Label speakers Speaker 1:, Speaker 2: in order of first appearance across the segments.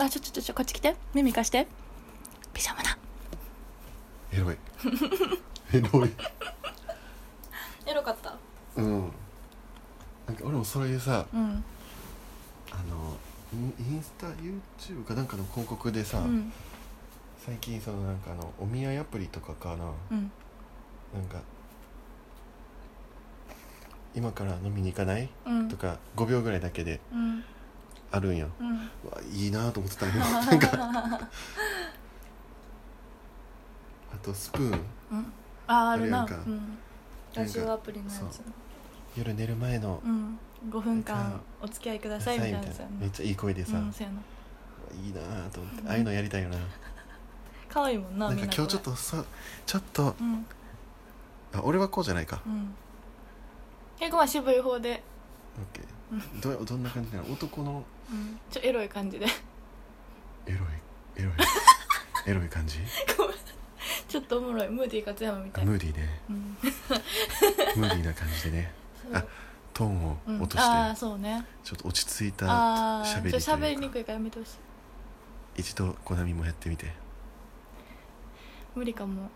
Speaker 1: あちょちょちょちょこっち来て耳貸してピジャマだ
Speaker 2: エロい エロい
Speaker 1: エロかった
Speaker 2: うんなんか俺もそういうさ
Speaker 1: うん
Speaker 2: あのインインスタ YouTube かなんかの広告でさ、
Speaker 1: うん
Speaker 2: 最近そのなんかあのお見合いアプリとかかな
Speaker 1: うん
Speaker 2: なんか今から飲みに行かない
Speaker 1: うん
Speaker 2: とか5秒ぐらいだけで
Speaker 1: うん
Speaker 2: あるんよ
Speaker 1: うん
Speaker 2: うわいいなと思ってたん よなんかあとスプーン
Speaker 1: うんああるな
Speaker 2: あるやん
Speaker 1: う
Speaker 2: か
Speaker 1: んラジオアプリのやつ
Speaker 2: そ夜寝る前の
Speaker 1: うん5分間
Speaker 2: さ
Speaker 1: お付き合いくださいみたいなやつやんな
Speaker 2: めっちゃいい声でさ、
Speaker 1: うんそうやない
Speaker 2: いなと思ってああいうのやりたいよ な
Speaker 1: 可愛いもんな
Speaker 2: なん
Speaker 1: み
Speaker 2: か
Speaker 1: んな
Speaker 2: 今日ちょっとさちょっと
Speaker 1: うん
Speaker 2: あ俺はこうじゃないか
Speaker 1: うん結構まあ渋い方で
Speaker 2: オッケーどどんな感じなの男の
Speaker 1: うんちょエロい感じで
Speaker 2: エロいエロいエロい感じ
Speaker 1: ごめんちょっとおもろいムーディー勝山み
Speaker 2: あ
Speaker 1: たい
Speaker 2: ム
Speaker 1: な
Speaker 2: ーディーね
Speaker 1: うん
Speaker 2: ムーディーな感じでね
Speaker 1: そう
Speaker 2: あトーンを
Speaker 1: うん
Speaker 2: 落として、
Speaker 1: ああそうね
Speaker 2: ちょっと落ち着いた
Speaker 1: ああー
Speaker 2: 喋り
Speaker 1: ち
Speaker 2: と
Speaker 1: ょっと喋
Speaker 2: い
Speaker 1: り
Speaker 2: う
Speaker 1: に
Speaker 2: か
Speaker 1: くいからやめてほしい
Speaker 2: 一度コナミもやってみて
Speaker 1: 無理かも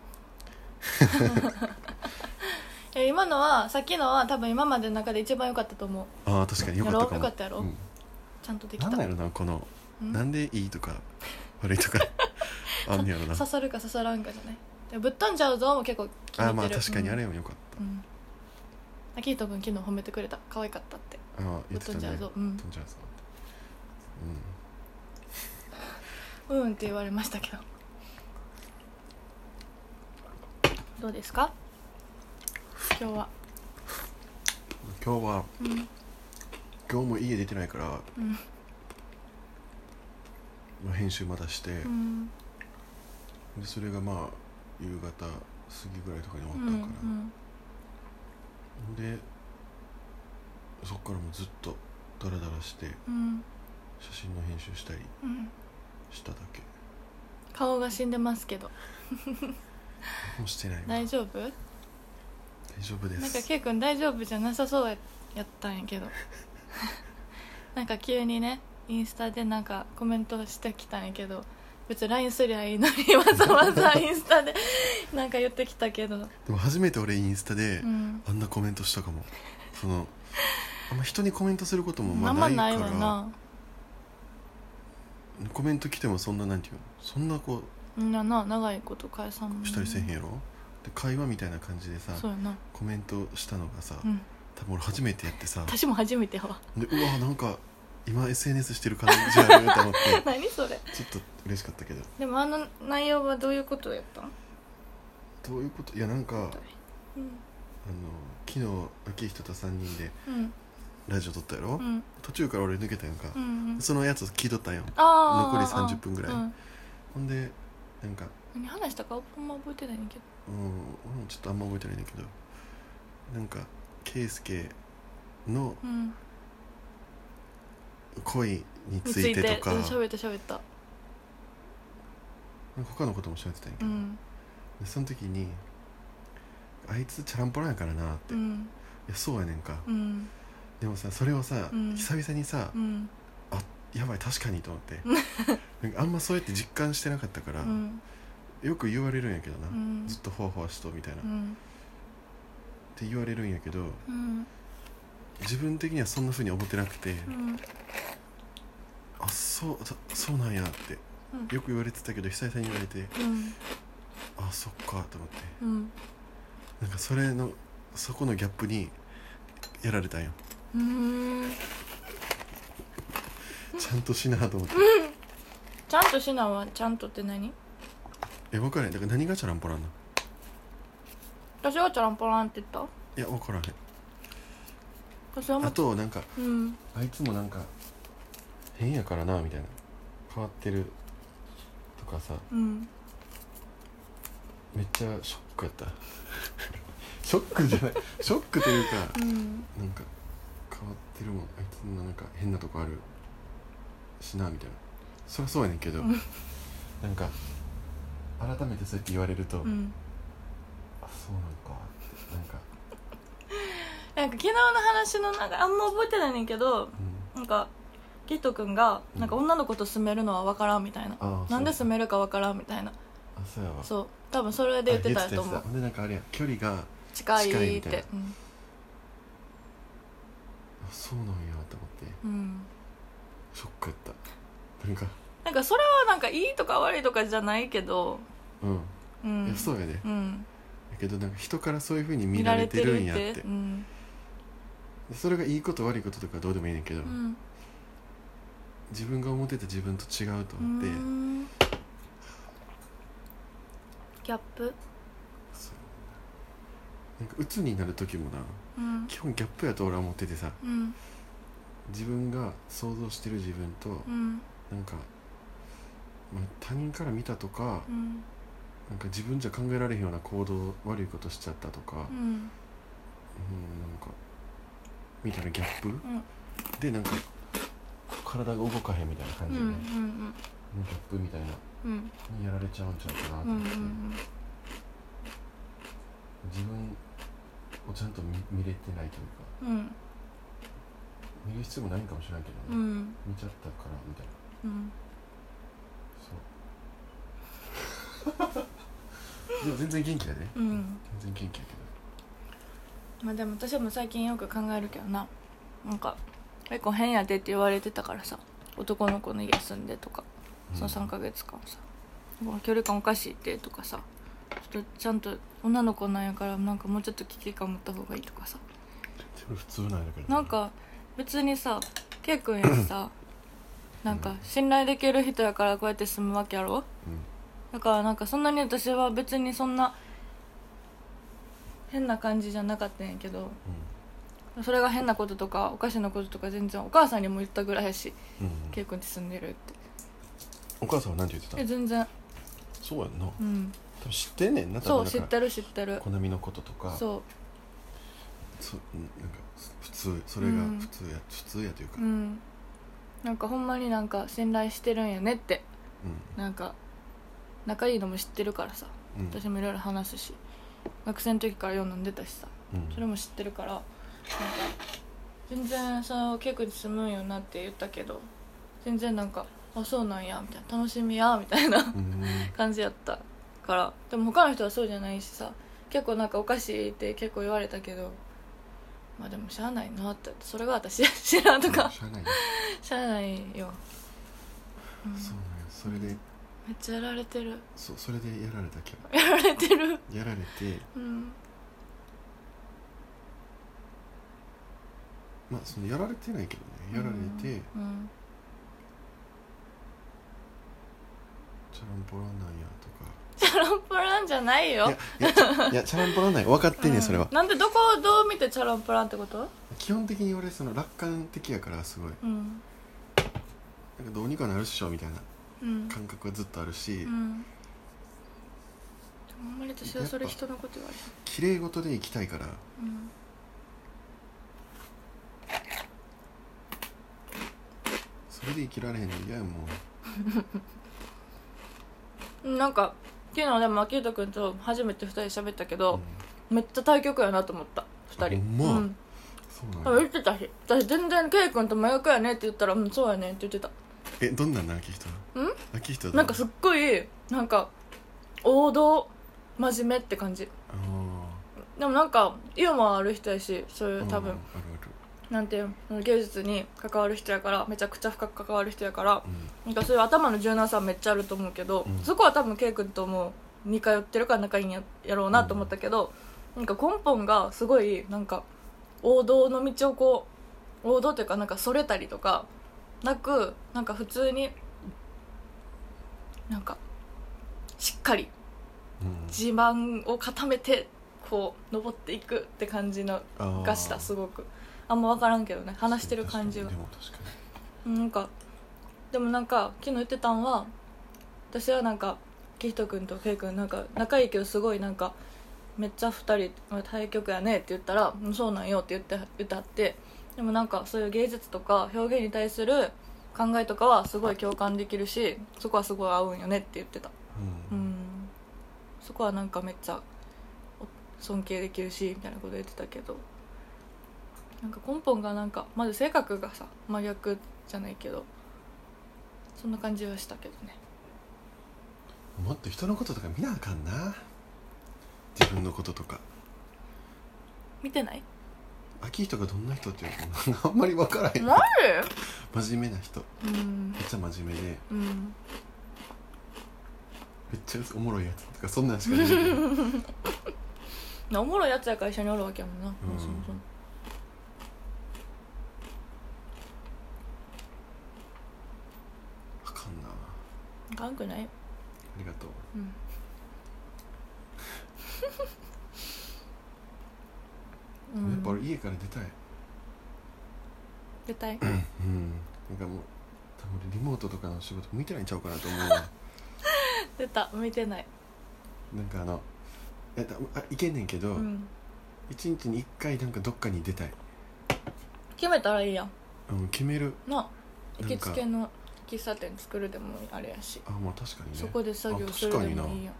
Speaker 1: え今のはさっきのは多分今までの中で一番良かったと思う
Speaker 2: ああ確かによかったかも
Speaker 1: やろうよかったやろ
Speaker 2: うん
Speaker 1: ちゃんとでき
Speaker 2: な
Speaker 1: た
Speaker 2: んだろうなこの
Speaker 1: うん
Speaker 2: なんでいいとか悪い とかあんねやろな
Speaker 1: 刺さるか刺さらんかじゃないでぶっ飛んじゃうぞも結構決めてる
Speaker 2: あまあ確かにあれ
Speaker 1: うん
Speaker 2: もよかっ
Speaker 1: うんあキート君昨日褒めてくれた可愛かったって
Speaker 2: た、ああ
Speaker 1: ぶ
Speaker 2: 言
Speaker 1: っ
Speaker 2: って
Speaker 1: 飛
Speaker 2: たね
Speaker 1: んじゃうぞうん
Speaker 2: 飛んじゃうぞって
Speaker 1: うんって言われましたけどどうですか今日は
Speaker 2: うん、今日は
Speaker 1: うん
Speaker 2: 今日も家出てないから
Speaker 1: うん
Speaker 2: まあ編集まだして、
Speaker 1: うん
Speaker 2: でそれがまあ夕方過ぎぐらいとかに
Speaker 1: う
Speaker 2: 終わったから、
Speaker 1: ん
Speaker 2: でそっからもうずっとダラダラして
Speaker 1: うん
Speaker 2: 写真の編集したり
Speaker 1: うん
Speaker 2: しただけ
Speaker 1: 顔が死んでますけど
Speaker 2: もうしてないわ
Speaker 1: 大丈夫
Speaker 2: 大丈夫で
Speaker 1: なんか
Speaker 2: す
Speaker 1: K 君大丈夫じゃなさそうやったんやけど なんか急にねインスタでなんかコメントしてきたんやけど別に LINE すりゃいいのにわざわざインスタで なんか言ってきたけど、
Speaker 2: でも初めて俺インスタで
Speaker 1: うん、
Speaker 2: あんなコメントしたかもそのあんま人にコメントすることもま
Speaker 1: あ
Speaker 2: あ
Speaker 1: んま
Speaker 2: ないか
Speaker 1: ないわ
Speaker 2: ら
Speaker 1: な
Speaker 2: コメント来てもそんななんていうのそんなこ
Speaker 1: みんなな長いこと返さんもん
Speaker 2: う
Speaker 1: な
Speaker 2: したりせえへんやろで会話みたいな感じでさ
Speaker 1: そうやな
Speaker 2: コメントしたのがさ
Speaker 1: うん
Speaker 2: 多分俺初めてやってさ
Speaker 1: 私も初めてやわ
Speaker 2: でうわなんか今 SNS してる感じあると思って
Speaker 1: 何それ
Speaker 2: ちょっと嬉しかったけど
Speaker 1: でもあの内容はどういうことやったん、
Speaker 2: どういうこといやなんか
Speaker 1: うん
Speaker 2: あの昨日明人と3人で
Speaker 1: うん
Speaker 2: ラジオ撮ったやろ、
Speaker 1: うん
Speaker 2: 途中から俺抜けたやんか
Speaker 1: う、ん
Speaker 2: そのやつ聞いとったんよ
Speaker 1: あー
Speaker 2: 残り30分ぐらい
Speaker 1: うん
Speaker 2: ほんでなんか
Speaker 1: 何話したかあんま覚えてないねんけど
Speaker 2: うん俺もちょっとあんま覚えてないんだけどなんか圭介の
Speaker 1: うん
Speaker 2: 恋に
Speaker 1: に
Speaker 2: つ
Speaker 1: つい
Speaker 2: い
Speaker 1: て
Speaker 2: て
Speaker 1: うん
Speaker 2: とか
Speaker 1: 喋った喋った
Speaker 2: なんか他のことも喋ってたんやけ
Speaker 1: う
Speaker 2: ど、
Speaker 1: ん
Speaker 2: でその時に「あいつチャランポランやからな」って、
Speaker 1: う
Speaker 2: い
Speaker 1: ん
Speaker 2: やそうやねんか、
Speaker 1: うん
Speaker 2: でもさそれをさ、
Speaker 1: うん
Speaker 2: 久々にさ
Speaker 1: う、ん
Speaker 2: やばい確かにと思ってなんかあんまそうやって実感してなかったから、
Speaker 1: うん
Speaker 2: よく言われるんやけどな、
Speaker 1: うん
Speaker 2: ずっとほわほわしとみたいな、
Speaker 1: う
Speaker 2: っ
Speaker 1: ん
Speaker 2: て言われるんやけど
Speaker 1: うん
Speaker 2: 自分的にはそんなふうに思ってなくて、
Speaker 1: うん
Speaker 2: あそうそそうなんやって
Speaker 1: うん
Speaker 2: よく言われてたけど久々に言われて
Speaker 1: うん
Speaker 2: あそっかと思って
Speaker 1: うん
Speaker 2: なんかそれのそこのギャップにやられたんよ
Speaker 1: うん
Speaker 2: ちゃんとしなと思って、
Speaker 1: ちゃんとしなはちゃんとって何
Speaker 2: え分からへんだから何がチャランポランなん
Speaker 1: 私がチャランポランって言った
Speaker 2: いや分からへ
Speaker 1: 私は
Speaker 2: ん
Speaker 1: も
Speaker 2: あ
Speaker 1: う
Speaker 2: となんか
Speaker 1: うん
Speaker 2: あいつもなんか変やからなみたいな変わってるとかさ
Speaker 1: うん
Speaker 2: めっちゃショックやった ショックじゃないショックというか
Speaker 1: うん
Speaker 2: なんか変わってるもんあいつのなんか変なとこあるしなみたいなそりゃそうやねんけど
Speaker 1: うん
Speaker 2: なんか改めてそうやって言われると、
Speaker 1: うん
Speaker 2: あそうなんかってなんか、
Speaker 1: なんか昨日の話のなんかあんま覚えてないねんけど
Speaker 2: う
Speaker 1: なんかケイト君が
Speaker 2: うん
Speaker 1: なんか女の子と住めるのは分からんみたいな、
Speaker 2: ああ
Speaker 1: なんで
Speaker 2: そう
Speaker 1: 住めるか分からんみたいな
Speaker 2: あそうやわ
Speaker 1: そう多分それで言ってたと思う
Speaker 2: あ言ってた言ってたほんでなんかあれや距離があ
Speaker 1: 近
Speaker 2: 近い
Speaker 1: いっ
Speaker 2: みたいな
Speaker 1: てうん
Speaker 2: そうなんやと思って
Speaker 1: うん
Speaker 2: ショックやったなんか
Speaker 1: なんかそれはなんかいいとか悪いとかじゃないけど
Speaker 2: う
Speaker 1: う
Speaker 2: ん、い
Speaker 1: ん
Speaker 2: やそうやね、だ
Speaker 1: うん、
Speaker 2: けどなんか人からそういう風に見
Speaker 1: 見
Speaker 2: ら
Speaker 1: ら
Speaker 2: れ
Speaker 1: れ
Speaker 2: て
Speaker 1: て
Speaker 2: る
Speaker 1: る
Speaker 2: んや
Speaker 1: っ
Speaker 2: ってて
Speaker 1: うん、
Speaker 2: それがいいこと悪いこととかどうでもいいねんけど、
Speaker 1: うん、
Speaker 2: 自分が思ってた自分と違うと
Speaker 1: う
Speaker 2: 思って、
Speaker 1: んギャップ
Speaker 2: そうなんか鬱になる時もな
Speaker 1: うん
Speaker 2: 基本ギャップやと俺は思っててさ
Speaker 1: うん
Speaker 2: 自分が想像してる自分と、
Speaker 1: うん
Speaker 2: なんか、まあ、他人から見たとか、
Speaker 1: うん
Speaker 2: なんか自分じゃ考えられへんような行動悪いことしちゃったとか、
Speaker 1: う
Speaker 2: うん
Speaker 1: ん
Speaker 2: なんかみたいなギャップ、
Speaker 1: ん
Speaker 2: でなんか体が動かへんみたいな感
Speaker 1: うんう
Speaker 2: じ
Speaker 1: ん
Speaker 2: で、
Speaker 1: う
Speaker 2: ね
Speaker 1: ん
Speaker 2: ギャップみたいな
Speaker 1: うん
Speaker 2: にやられちゃうんちゃうかなと
Speaker 1: うんう
Speaker 2: 思
Speaker 1: ん
Speaker 2: って、自分をちゃんと見見れてないというか
Speaker 1: うん
Speaker 2: 見る必要もないんかもしれないけ
Speaker 1: う
Speaker 2: どね、
Speaker 1: ん
Speaker 2: 見ちゃったからみたいな
Speaker 1: うん
Speaker 2: そう でも全然元気だね
Speaker 1: うん
Speaker 2: 全然元気や
Speaker 1: まあでも私も最近よく考えるけどななんか結構変やでって言われてたからさ男の子の家住んでとか
Speaker 2: け
Speaker 1: そ
Speaker 2: ど、
Speaker 1: の3ヶ月間さ、うわ距離感おかしいってとかさちょっとちゃんと女の子なんやからなんかもうちょっと危機感持った方がいいとかさ
Speaker 2: それ普通なんやけどね
Speaker 1: なんか別にさケイ君やしさなんか信頼できる人やからこうやって住むわけやろ
Speaker 2: う
Speaker 1: だからなんかそんなに私は別にそんな変な感じじゃなかったんやけどそれが変なこととかおかしなこととか全然お母さんにも言ったぐらいやし
Speaker 2: ん、うん
Speaker 1: ケイ君って住んでるって
Speaker 2: お母さんは何て言って
Speaker 1: え
Speaker 2: た
Speaker 1: 全然
Speaker 2: そうやんな
Speaker 1: うん
Speaker 2: 多分知ってんねんな
Speaker 1: そ
Speaker 2: 多
Speaker 1: う知
Speaker 2: 分
Speaker 1: っ
Speaker 2: だから
Speaker 1: てる知ってる
Speaker 2: コナミのこととか
Speaker 1: そう
Speaker 2: そううんなんか普通それが普通や、普通やというか、
Speaker 1: う
Speaker 2: うん
Speaker 1: んなんかほんまになんか信頼してるんやねってなんか仲いいのも知ってるからさ
Speaker 2: うん
Speaker 1: 私もいろいろ話すし学生の時からよう飲んでたしさ
Speaker 2: うん
Speaker 1: それも知ってるからなんか全然さ結構に住むんよなって言ったけど全然なんかあそうなんやみたいな楽しみやみたいな
Speaker 2: うん
Speaker 1: 感じやったからでも他の人はそうじゃないしさ結構なんかおかしいって結構言われたけどまあでもしゃあないなってそれが私やしなとか
Speaker 2: しゃあないね
Speaker 1: しゃあないよ、うん
Speaker 2: そうなんやそれで
Speaker 1: めっちゃやられてる
Speaker 2: そそれでやられたけど
Speaker 1: やられてる
Speaker 2: やられて
Speaker 1: うん
Speaker 2: まあそのやられてないけどねやられて、
Speaker 1: うん
Speaker 2: チャランポランなんやとか
Speaker 1: チャランポランじゃないよ
Speaker 2: いやいやちゃいやチャランポランなんや分かってんねんそれは
Speaker 1: うん、なんでどこをどう見てチャランポランってこと
Speaker 2: 基本的に俺その楽観的やからすごい
Speaker 1: うん
Speaker 2: なんかどうにかなるっしょみたいな
Speaker 1: うん
Speaker 2: 感覚はずっとあるし、
Speaker 1: うんでもあんまり私はそれ
Speaker 2: やっぱ
Speaker 1: 人のこと言われない
Speaker 2: 綺麗事で生きたいから
Speaker 1: うん
Speaker 2: それで生きられへんの嫌やもん
Speaker 1: うんなんか昨日でも秋人君と初めて2人喋ったけど
Speaker 2: うん、
Speaker 1: めっちゃ対局やなと思った2人
Speaker 2: あほんま
Speaker 1: うん、
Speaker 2: そう
Speaker 1: 多分
Speaker 2: なんや
Speaker 1: 言ってたし私全然圭君と真逆やねって言ったら「うんそうやね」って言ってた
Speaker 2: えどんなんな秋人
Speaker 1: うん
Speaker 2: 秋人
Speaker 1: なんかすっごいなんか王道真面目って感じ
Speaker 2: あー
Speaker 1: でもなんかユーモアある人やしそういう多分、
Speaker 2: うんある
Speaker 1: なんていうのその芸術に関わる人やからめちゃくちゃ深く関わる人やから
Speaker 2: ある
Speaker 1: なんかそういう頭の柔軟さはめっちゃあると思うけど、
Speaker 2: うん
Speaker 1: そこは多分ケイ君とも似通ってるから仲いいんややろうなと思ったけど、なんか根本がすごいなんか王道の道をこう王道というかなんかそれたりとかなくなんか普通になんかしっかり
Speaker 2: うん、うん
Speaker 1: 地盤を固めてこう登っていくって感じの
Speaker 2: あー
Speaker 1: がしたすごくあんま分からんけどね話してる感じが
Speaker 2: でも確かに
Speaker 1: うんなんかでもなんか昨日言ってたんは私はなんかキヒト君とケイ君なんか仲いいけどすごいなんかめっちゃ2人対局やねって言ったら「うんそうなんよ」って言って歌ってでもなんかそういう芸術とか表現に対する考えとかはすごい共感できるしそこはすごい合うんよねって言ってたう
Speaker 2: うん、
Speaker 1: んそこはなんかめっちゃお尊敬できるしみたいなこと言ってたけどなんか根本がなんかまず性格がさ真逆じゃないけどそんな感じはしたけどね
Speaker 2: もっと人のこととか見なあかんな自分のこととか
Speaker 1: 見てない
Speaker 2: 秋人がどんな人っていうのかな あんまり分からへん
Speaker 1: な
Speaker 2: 真面目な人
Speaker 1: るうん
Speaker 2: めっちゃ真面目で
Speaker 1: うん
Speaker 2: めっちゃおもろいやつとかそんなんしか出てこない
Speaker 1: なおもろいやつやから一緒におるわけやもんな、
Speaker 2: ん
Speaker 1: そもそも
Speaker 2: あかんなあ
Speaker 1: あかんくない
Speaker 2: りがとう
Speaker 1: うん うん
Speaker 2: やっぱ俺家から出たい
Speaker 1: 絶 対
Speaker 2: うんなんかもう多分俺リモートとかの仕事向いてないんちゃうかなと思うわ
Speaker 1: 出た向いてない
Speaker 2: なんかあのいやだあいけんねんけ
Speaker 1: う
Speaker 2: ど、
Speaker 1: ん
Speaker 2: 一1日に1回なんかどっかに出たい、
Speaker 1: 決めたらいいやん
Speaker 2: うん、決める
Speaker 1: な
Speaker 2: な
Speaker 1: 行
Speaker 2: んか
Speaker 1: きつけの喫茶店作るでもあれやし
Speaker 2: あまあ確かにね
Speaker 1: そこで作業するでもいいやん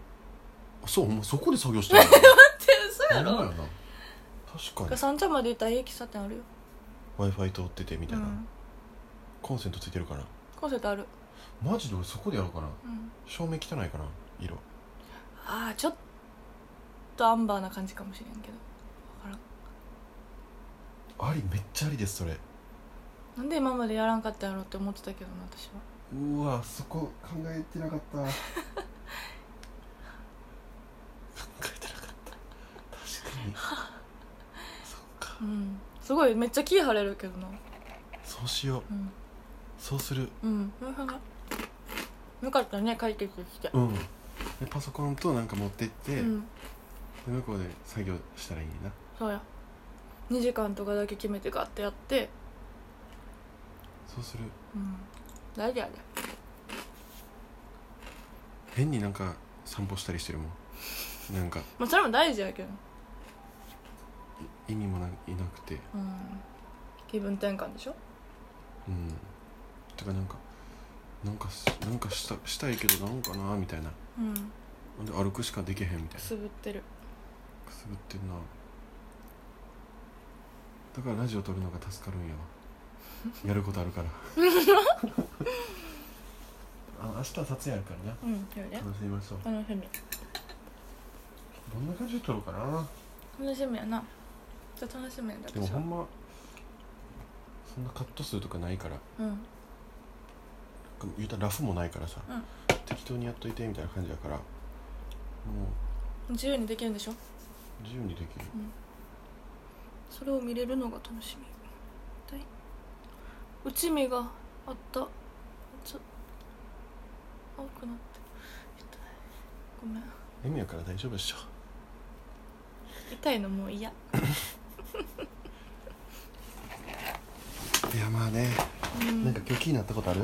Speaker 1: って
Speaker 2: あ確かにあそうほんまそこで作業してる
Speaker 1: 嘘や
Speaker 2: ほんま
Speaker 1: ろ
Speaker 2: やな確かに
Speaker 1: 三茶まで行ったらいい喫茶店あるよ
Speaker 2: w i f i 通っててみた
Speaker 1: う
Speaker 2: いな、
Speaker 1: ん
Speaker 2: コンセントついてるかな
Speaker 1: コンセントある
Speaker 2: マジで俺そこでやろうかな
Speaker 1: うん
Speaker 2: 照明汚いかな色
Speaker 1: ああちょっとアンバーな感じかもしれんけどわからん
Speaker 2: ありめっちゃありですそれ
Speaker 1: なんで今までやらんかったやろって思ってたけどな私は
Speaker 2: うわそこ考えてなかっ た考えてなかった確かにそっか
Speaker 1: うんすごいめっちゃ気晴れるけどな
Speaker 2: そうしよう
Speaker 1: うん
Speaker 2: そうする
Speaker 1: うんよかったね解決して
Speaker 2: うんでパソコンとなんか持ってって、
Speaker 1: う
Speaker 2: で
Speaker 1: ん
Speaker 2: 向こうで作業したらいいねんな
Speaker 1: そうや2時間とかだけ決めてガッてやって
Speaker 2: そうする
Speaker 1: うん大事やで
Speaker 2: 変になんか散歩したりしてるもんなんか
Speaker 1: まあそれも大事やけど
Speaker 2: 意味もないなくて
Speaker 1: うん気分転換でしょ
Speaker 2: うんてかなんかなんかしなんかしたしたいけどなんかなみたいな
Speaker 1: うん
Speaker 2: ほんで歩くしかできへんみたい
Speaker 1: く
Speaker 2: な
Speaker 1: すぶってる
Speaker 2: くすぶってんなだからラジオ撮るのが助かるんやわやることあるからあ明日撮影あるからな
Speaker 1: うんそうね
Speaker 2: 楽しみましょう
Speaker 1: 楽しみ
Speaker 2: どんな感じで撮ろうかな
Speaker 1: 楽しみやなじゃあ楽しみやで
Speaker 2: でも
Speaker 1: 私
Speaker 2: ほ
Speaker 1: は
Speaker 2: んまそんなカット数とかないから
Speaker 1: うん
Speaker 2: 言うたらラフもないからさ、
Speaker 1: うん
Speaker 2: 適当にやっといてみたいな感じだからも
Speaker 1: 自由にできるんでしょ
Speaker 2: う自由にできる
Speaker 1: それを見れるのが楽しみだいうちみがあったちょ青くなって痛いごめん
Speaker 2: 意味やから大丈夫でしょ
Speaker 1: 痛いのもう嫌
Speaker 2: いやまあね、
Speaker 1: うん
Speaker 2: なんか今日気になったことある、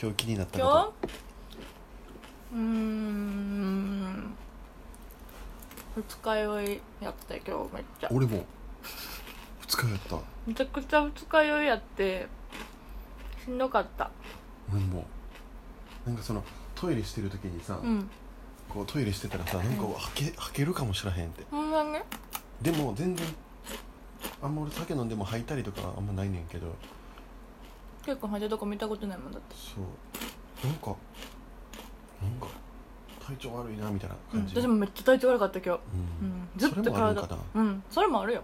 Speaker 2: 今日気になった
Speaker 1: 今
Speaker 2: こと
Speaker 1: 日うーん二日酔いやった今日めっちゃ
Speaker 2: 俺も2日やった
Speaker 1: めちゃくちゃ二日酔いやってしんどかった
Speaker 2: 俺もなんかそのトイレしてる時にさ、
Speaker 1: うん
Speaker 2: こうトイレしてたらさなんか
Speaker 1: うん
Speaker 2: はけはけるかもしらへんって
Speaker 1: ほんまね
Speaker 2: でも全然あんま俺酒飲んでも吐いたりとかはあんまないねんけど
Speaker 1: 結構入ってるとこ見たことないもんだって
Speaker 2: そうなんかなんか体調悪いなみたいな
Speaker 1: うん
Speaker 2: 感じ、うん、
Speaker 1: 私もめっちゃ体調悪かった今日
Speaker 2: う
Speaker 1: うんんずっ
Speaker 2: そ
Speaker 1: と
Speaker 2: れもあるん
Speaker 1: 体
Speaker 2: かな
Speaker 1: うんそれもあるよ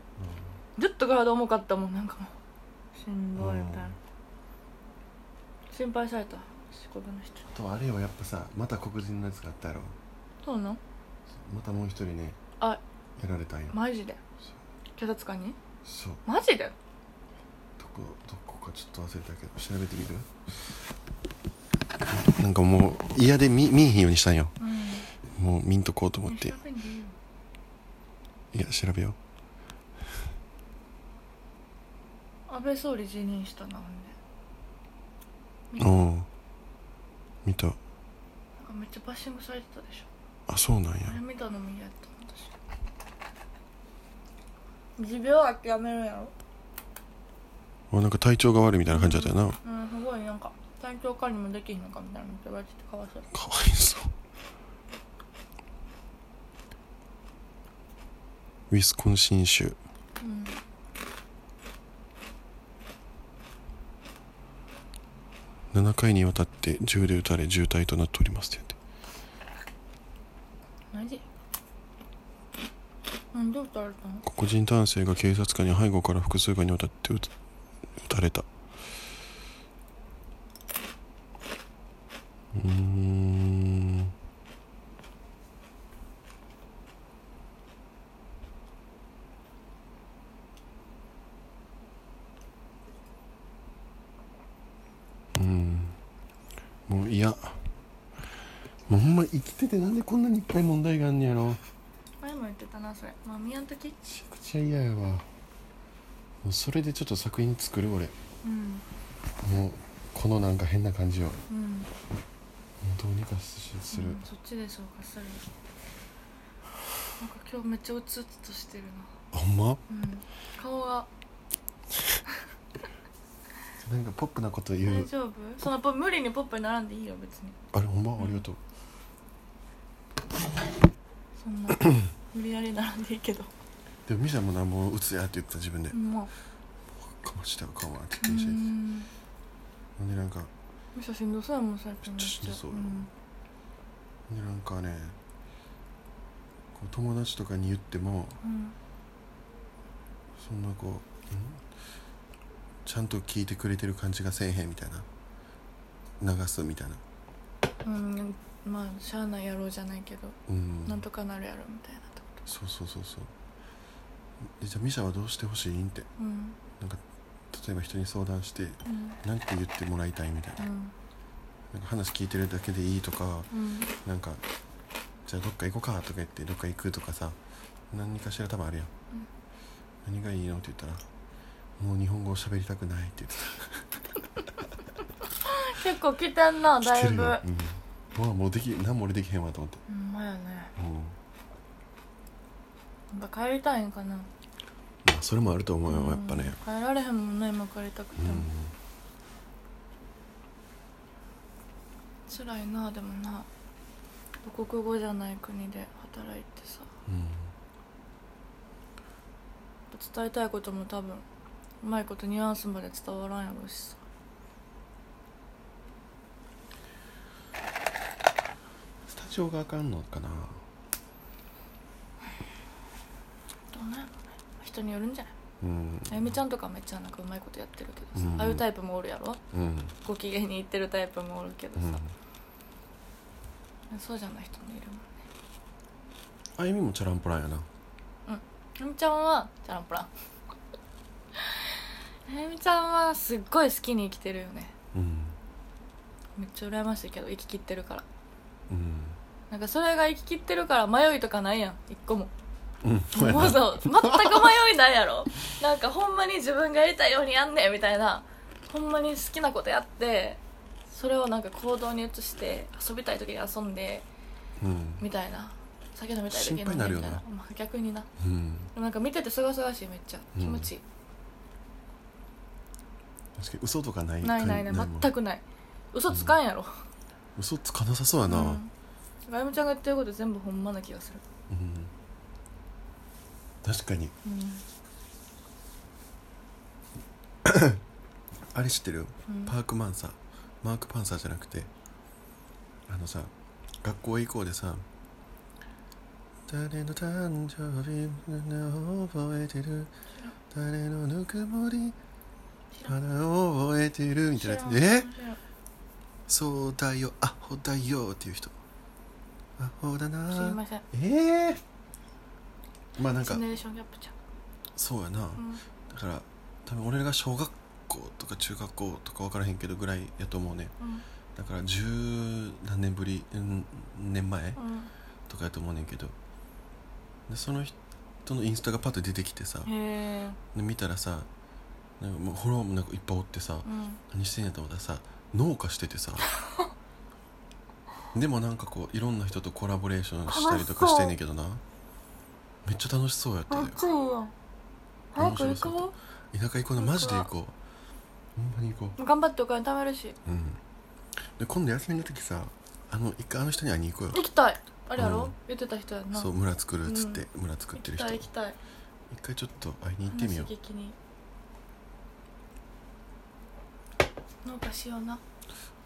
Speaker 1: ずっと体重かったもんなんかもうしんどいみたいな
Speaker 2: うん
Speaker 1: 心配された仕事の人
Speaker 2: あとあれよやっぱさまた黒人のやつがあったやろ
Speaker 1: そうなん
Speaker 2: またもう一人ね
Speaker 1: あ
Speaker 2: やられたんよ、
Speaker 1: マジで
Speaker 2: そう
Speaker 1: 警察官に
Speaker 2: そう
Speaker 1: マジで
Speaker 2: どこどこかちょっと忘れたけど調べてみるなんかもう嫌で見見えへんようにしたんよ
Speaker 1: うん
Speaker 2: もう見んとこうと思って
Speaker 1: 調べんでいいよ
Speaker 2: いや調べよう
Speaker 1: 安倍総理辞任したなほんで
Speaker 2: うん見た
Speaker 1: なんかめっちゃバッシングされてたでしょ
Speaker 2: あそうなんや
Speaker 1: あれ見たのも嫌やった私持病諦めるんやろ
Speaker 2: あなんか体調が悪いみたいな感じだったよな
Speaker 1: うんすごいなんか体調管理もできひんのかみたいなの言われててかわいそう
Speaker 2: かわいそうウィスコンシン州
Speaker 1: うん
Speaker 2: 7回にわたって銃で撃たれ重体となっておりますって言
Speaker 1: マ
Speaker 2: って
Speaker 1: ジなんで撃たれたの
Speaker 2: 黒人男性が警察官に背後から複数回にわたって撃つ撃たれたうーんうんもういやもうほんま生きててなんでこんなにいっぱい問題があんねやろ
Speaker 1: 前も言ってたなそれまあ宮の時
Speaker 2: めちゃくちゃ嫌やわもうそれでちょっと作品作る俺
Speaker 1: うん
Speaker 2: もうこのなんか変な感じを
Speaker 1: うん
Speaker 2: どうにかしする、
Speaker 1: うんそっちで消化するなんか今日めっちゃうつうつとしてるな
Speaker 2: ほんま
Speaker 1: うん顔が
Speaker 2: なんかポップなこと言
Speaker 1: 大
Speaker 2: う
Speaker 1: 丈夫そのポ無理にポップにならんでいいよ別に
Speaker 2: あれほんまありがとう
Speaker 1: そんな 無理やり並んでいいけど
Speaker 2: でもミシャもなんぼ打つやって言ってた自分で
Speaker 1: も
Speaker 2: かましたらかまって
Speaker 1: うう
Speaker 2: 言ってたし
Speaker 1: ん
Speaker 2: ほんでなんか
Speaker 1: むしろしんどそうやもん最近めっちゃ
Speaker 2: しんどそうや
Speaker 1: う
Speaker 2: なんほんでなんかねこう友達とかに言っても
Speaker 1: うん
Speaker 2: そんなこう、んちゃんと聞いてくれてる感じがせえへんみたいな流すみたいな
Speaker 1: うんまあしゃあないやろうじゃないけど、
Speaker 2: うん
Speaker 1: なんとかなるやろみたいなと
Speaker 2: そうそうそうそうでじゃあミシャはどうしてほしいんって
Speaker 1: うん
Speaker 2: 例えば人に相談して
Speaker 1: うん
Speaker 2: 何て言ってもらいたいみたいな
Speaker 1: うん
Speaker 2: なんか話聞いてるだけでいいとか
Speaker 1: うん
Speaker 2: なんかじゃあどっか行こうかとか言ってどっか行くとかさ何かしら多分あるやん、何がいいのって言ったらもう日本語を喋りたくないって言って
Speaker 1: 結構来てんな
Speaker 2: た
Speaker 1: だいぶ
Speaker 2: よ、うん、もうもうでき何も俺できへんわと思って
Speaker 1: ほんまやね
Speaker 2: うん
Speaker 1: やっぱ帰りたいんかな
Speaker 2: まあそれもあると思うよ、やっぱね
Speaker 1: うん帰られへんもんね今帰りたくて
Speaker 2: うん
Speaker 1: も、辛いなでもな母国語じゃない国で働いてさ
Speaker 2: うん
Speaker 1: 伝えたいことも多分うまいことニュアンスまで伝わらんやろしさ
Speaker 2: スタジオがあかんのかな
Speaker 1: どうなんやろね人によるんじゃない
Speaker 2: うん
Speaker 1: あゆみちゃんとかめっちゃなんかうまいことやってるけどさ、
Speaker 2: うん
Speaker 1: ああいうタイプもおるやろ
Speaker 2: うん
Speaker 1: ご機嫌にいってるタイプもおるけど
Speaker 2: う
Speaker 1: さ
Speaker 2: ん、
Speaker 1: そうじゃない人もいるもん
Speaker 2: あゆみもチャランポランやな
Speaker 1: あゆみちゃんはチャランポラン あゆみちゃんはすっごい好きに生きてるよね
Speaker 2: うん
Speaker 1: めっちゃ羨ましいけど生ききってるから
Speaker 2: うん
Speaker 1: なんかそれが生ききってるから迷いとかないやん一個も
Speaker 2: うんそうや
Speaker 1: もう
Speaker 2: な
Speaker 1: そう全く迷いないやろなんかほんまに自分がやりたいようにやんねんみたいなほんまに好きなことやってそれをなんか行動に移して遊びたい時に遊んで
Speaker 2: うん
Speaker 1: みたいな酒飲みたい時に飲んで
Speaker 2: 心配になるよ
Speaker 1: み
Speaker 2: な
Speaker 1: たいな、まあ、逆にな
Speaker 2: うん
Speaker 1: でもなんか見ててすがすがしいめっちゃ
Speaker 2: うん
Speaker 1: 気持ちいい、
Speaker 2: 確かに嘘とかない
Speaker 1: ないないない
Speaker 2: もん
Speaker 1: 全くない嘘つかんやろ、
Speaker 2: 嘘つかなさそうや
Speaker 1: うん
Speaker 2: な、うん
Speaker 1: あゆみちゃんが言ってること全部ほんまな気がする、
Speaker 2: 確かに
Speaker 1: うん
Speaker 2: あれ知ってる
Speaker 1: うん
Speaker 2: パークマンサーマークパンサーじゃなくてあのさ学校へ行こうでさ誰の誕生日花を覚えてる誰のぬくもり
Speaker 1: 知らん
Speaker 2: 花を覚えてるみたいなやつ
Speaker 1: 知らん
Speaker 2: え
Speaker 1: 知らん
Speaker 2: そうだよアホだよっていう人アホだ
Speaker 1: 知りま
Speaker 2: な
Speaker 1: せん
Speaker 2: ええまあなん
Speaker 1: ジ
Speaker 2: か
Speaker 1: ェネレーションギャップちゃ
Speaker 2: そうやな、
Speaker 1: う、うん
Speaker 2: だから多分俺らが小学校とか中学校とか分からへんけどぐらいやと思うね
Speaker 1: うん
Speaker 2: だから十何年ぶりうん年前
Speaker 1: う
Speaker 2: とかやと思うねんけどでその人のインスタがパッと出てきてさ
Speaker 1: ん、へえ、
Speaker 2: で見たらさなんかもうフォローもなんかいっぱいおってさ
Speaker 1: うん、
Speaker 2: 何してんやと思ったらさ農家して てさでもなんかこういろんな人とコラボレーションしたりとかしてんねんけどなめっちゃ楽しそうやった
Speaker 1: め
Speaker 2: よ
Speaker 1: っちゃいいやん早く行こ
Speaker 2: 田舎行こうなマジで行こうほんまに行こう
Speaker 1: う頑張ってお金貯めるし
Speaker 2: うんで今度休みの時さあの一回あの人に会いに行こう
Speaker 1: 行
Speaker 2: よ
Speaker 1: きたいあれやろ、
Speaker 2: うん
Speaker 1: 言ってた人やんな
Speaker 2: そう村作るっつって、村作っ
Speaker 1: 行き
Speaker 2: てる人
Speaker 1: たい
Speaker 2: 一
Speaker 1: 行きたい
Speaker 2: 回ちょっと会いに行ってみよう
Speaker 1: 話聞きに農家しような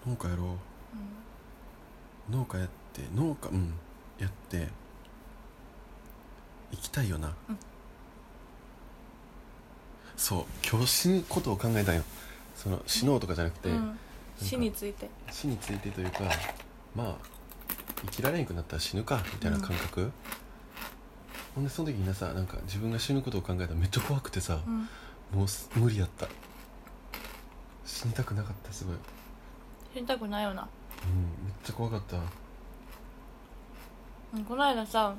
Speaker 2: 農家やろ
Speaker 1: う
Speaker 2: う農家やって農家うんやって行きたいよな、
Speaker 1: うん
Speaker 2: そう今日死ぬことを考えたんよその死のうとかじゃなくて、
Speaker 1: んうん死について
Speaker 2: 死についてというかまあ生きられなくなったら死ぬかみたいな感覚、ほんでその時になさなんか自分が死ぬことを考えたらめっちゃ怖くてさ
Speaker 1: う、ん
Speaker 2: もうす無理やった死にたくなかったすごい、うん、
Speaker 1: 死にたくないよな、
Speaker 2: めっちゃ怖かった
Speaker 1: うん、この間さ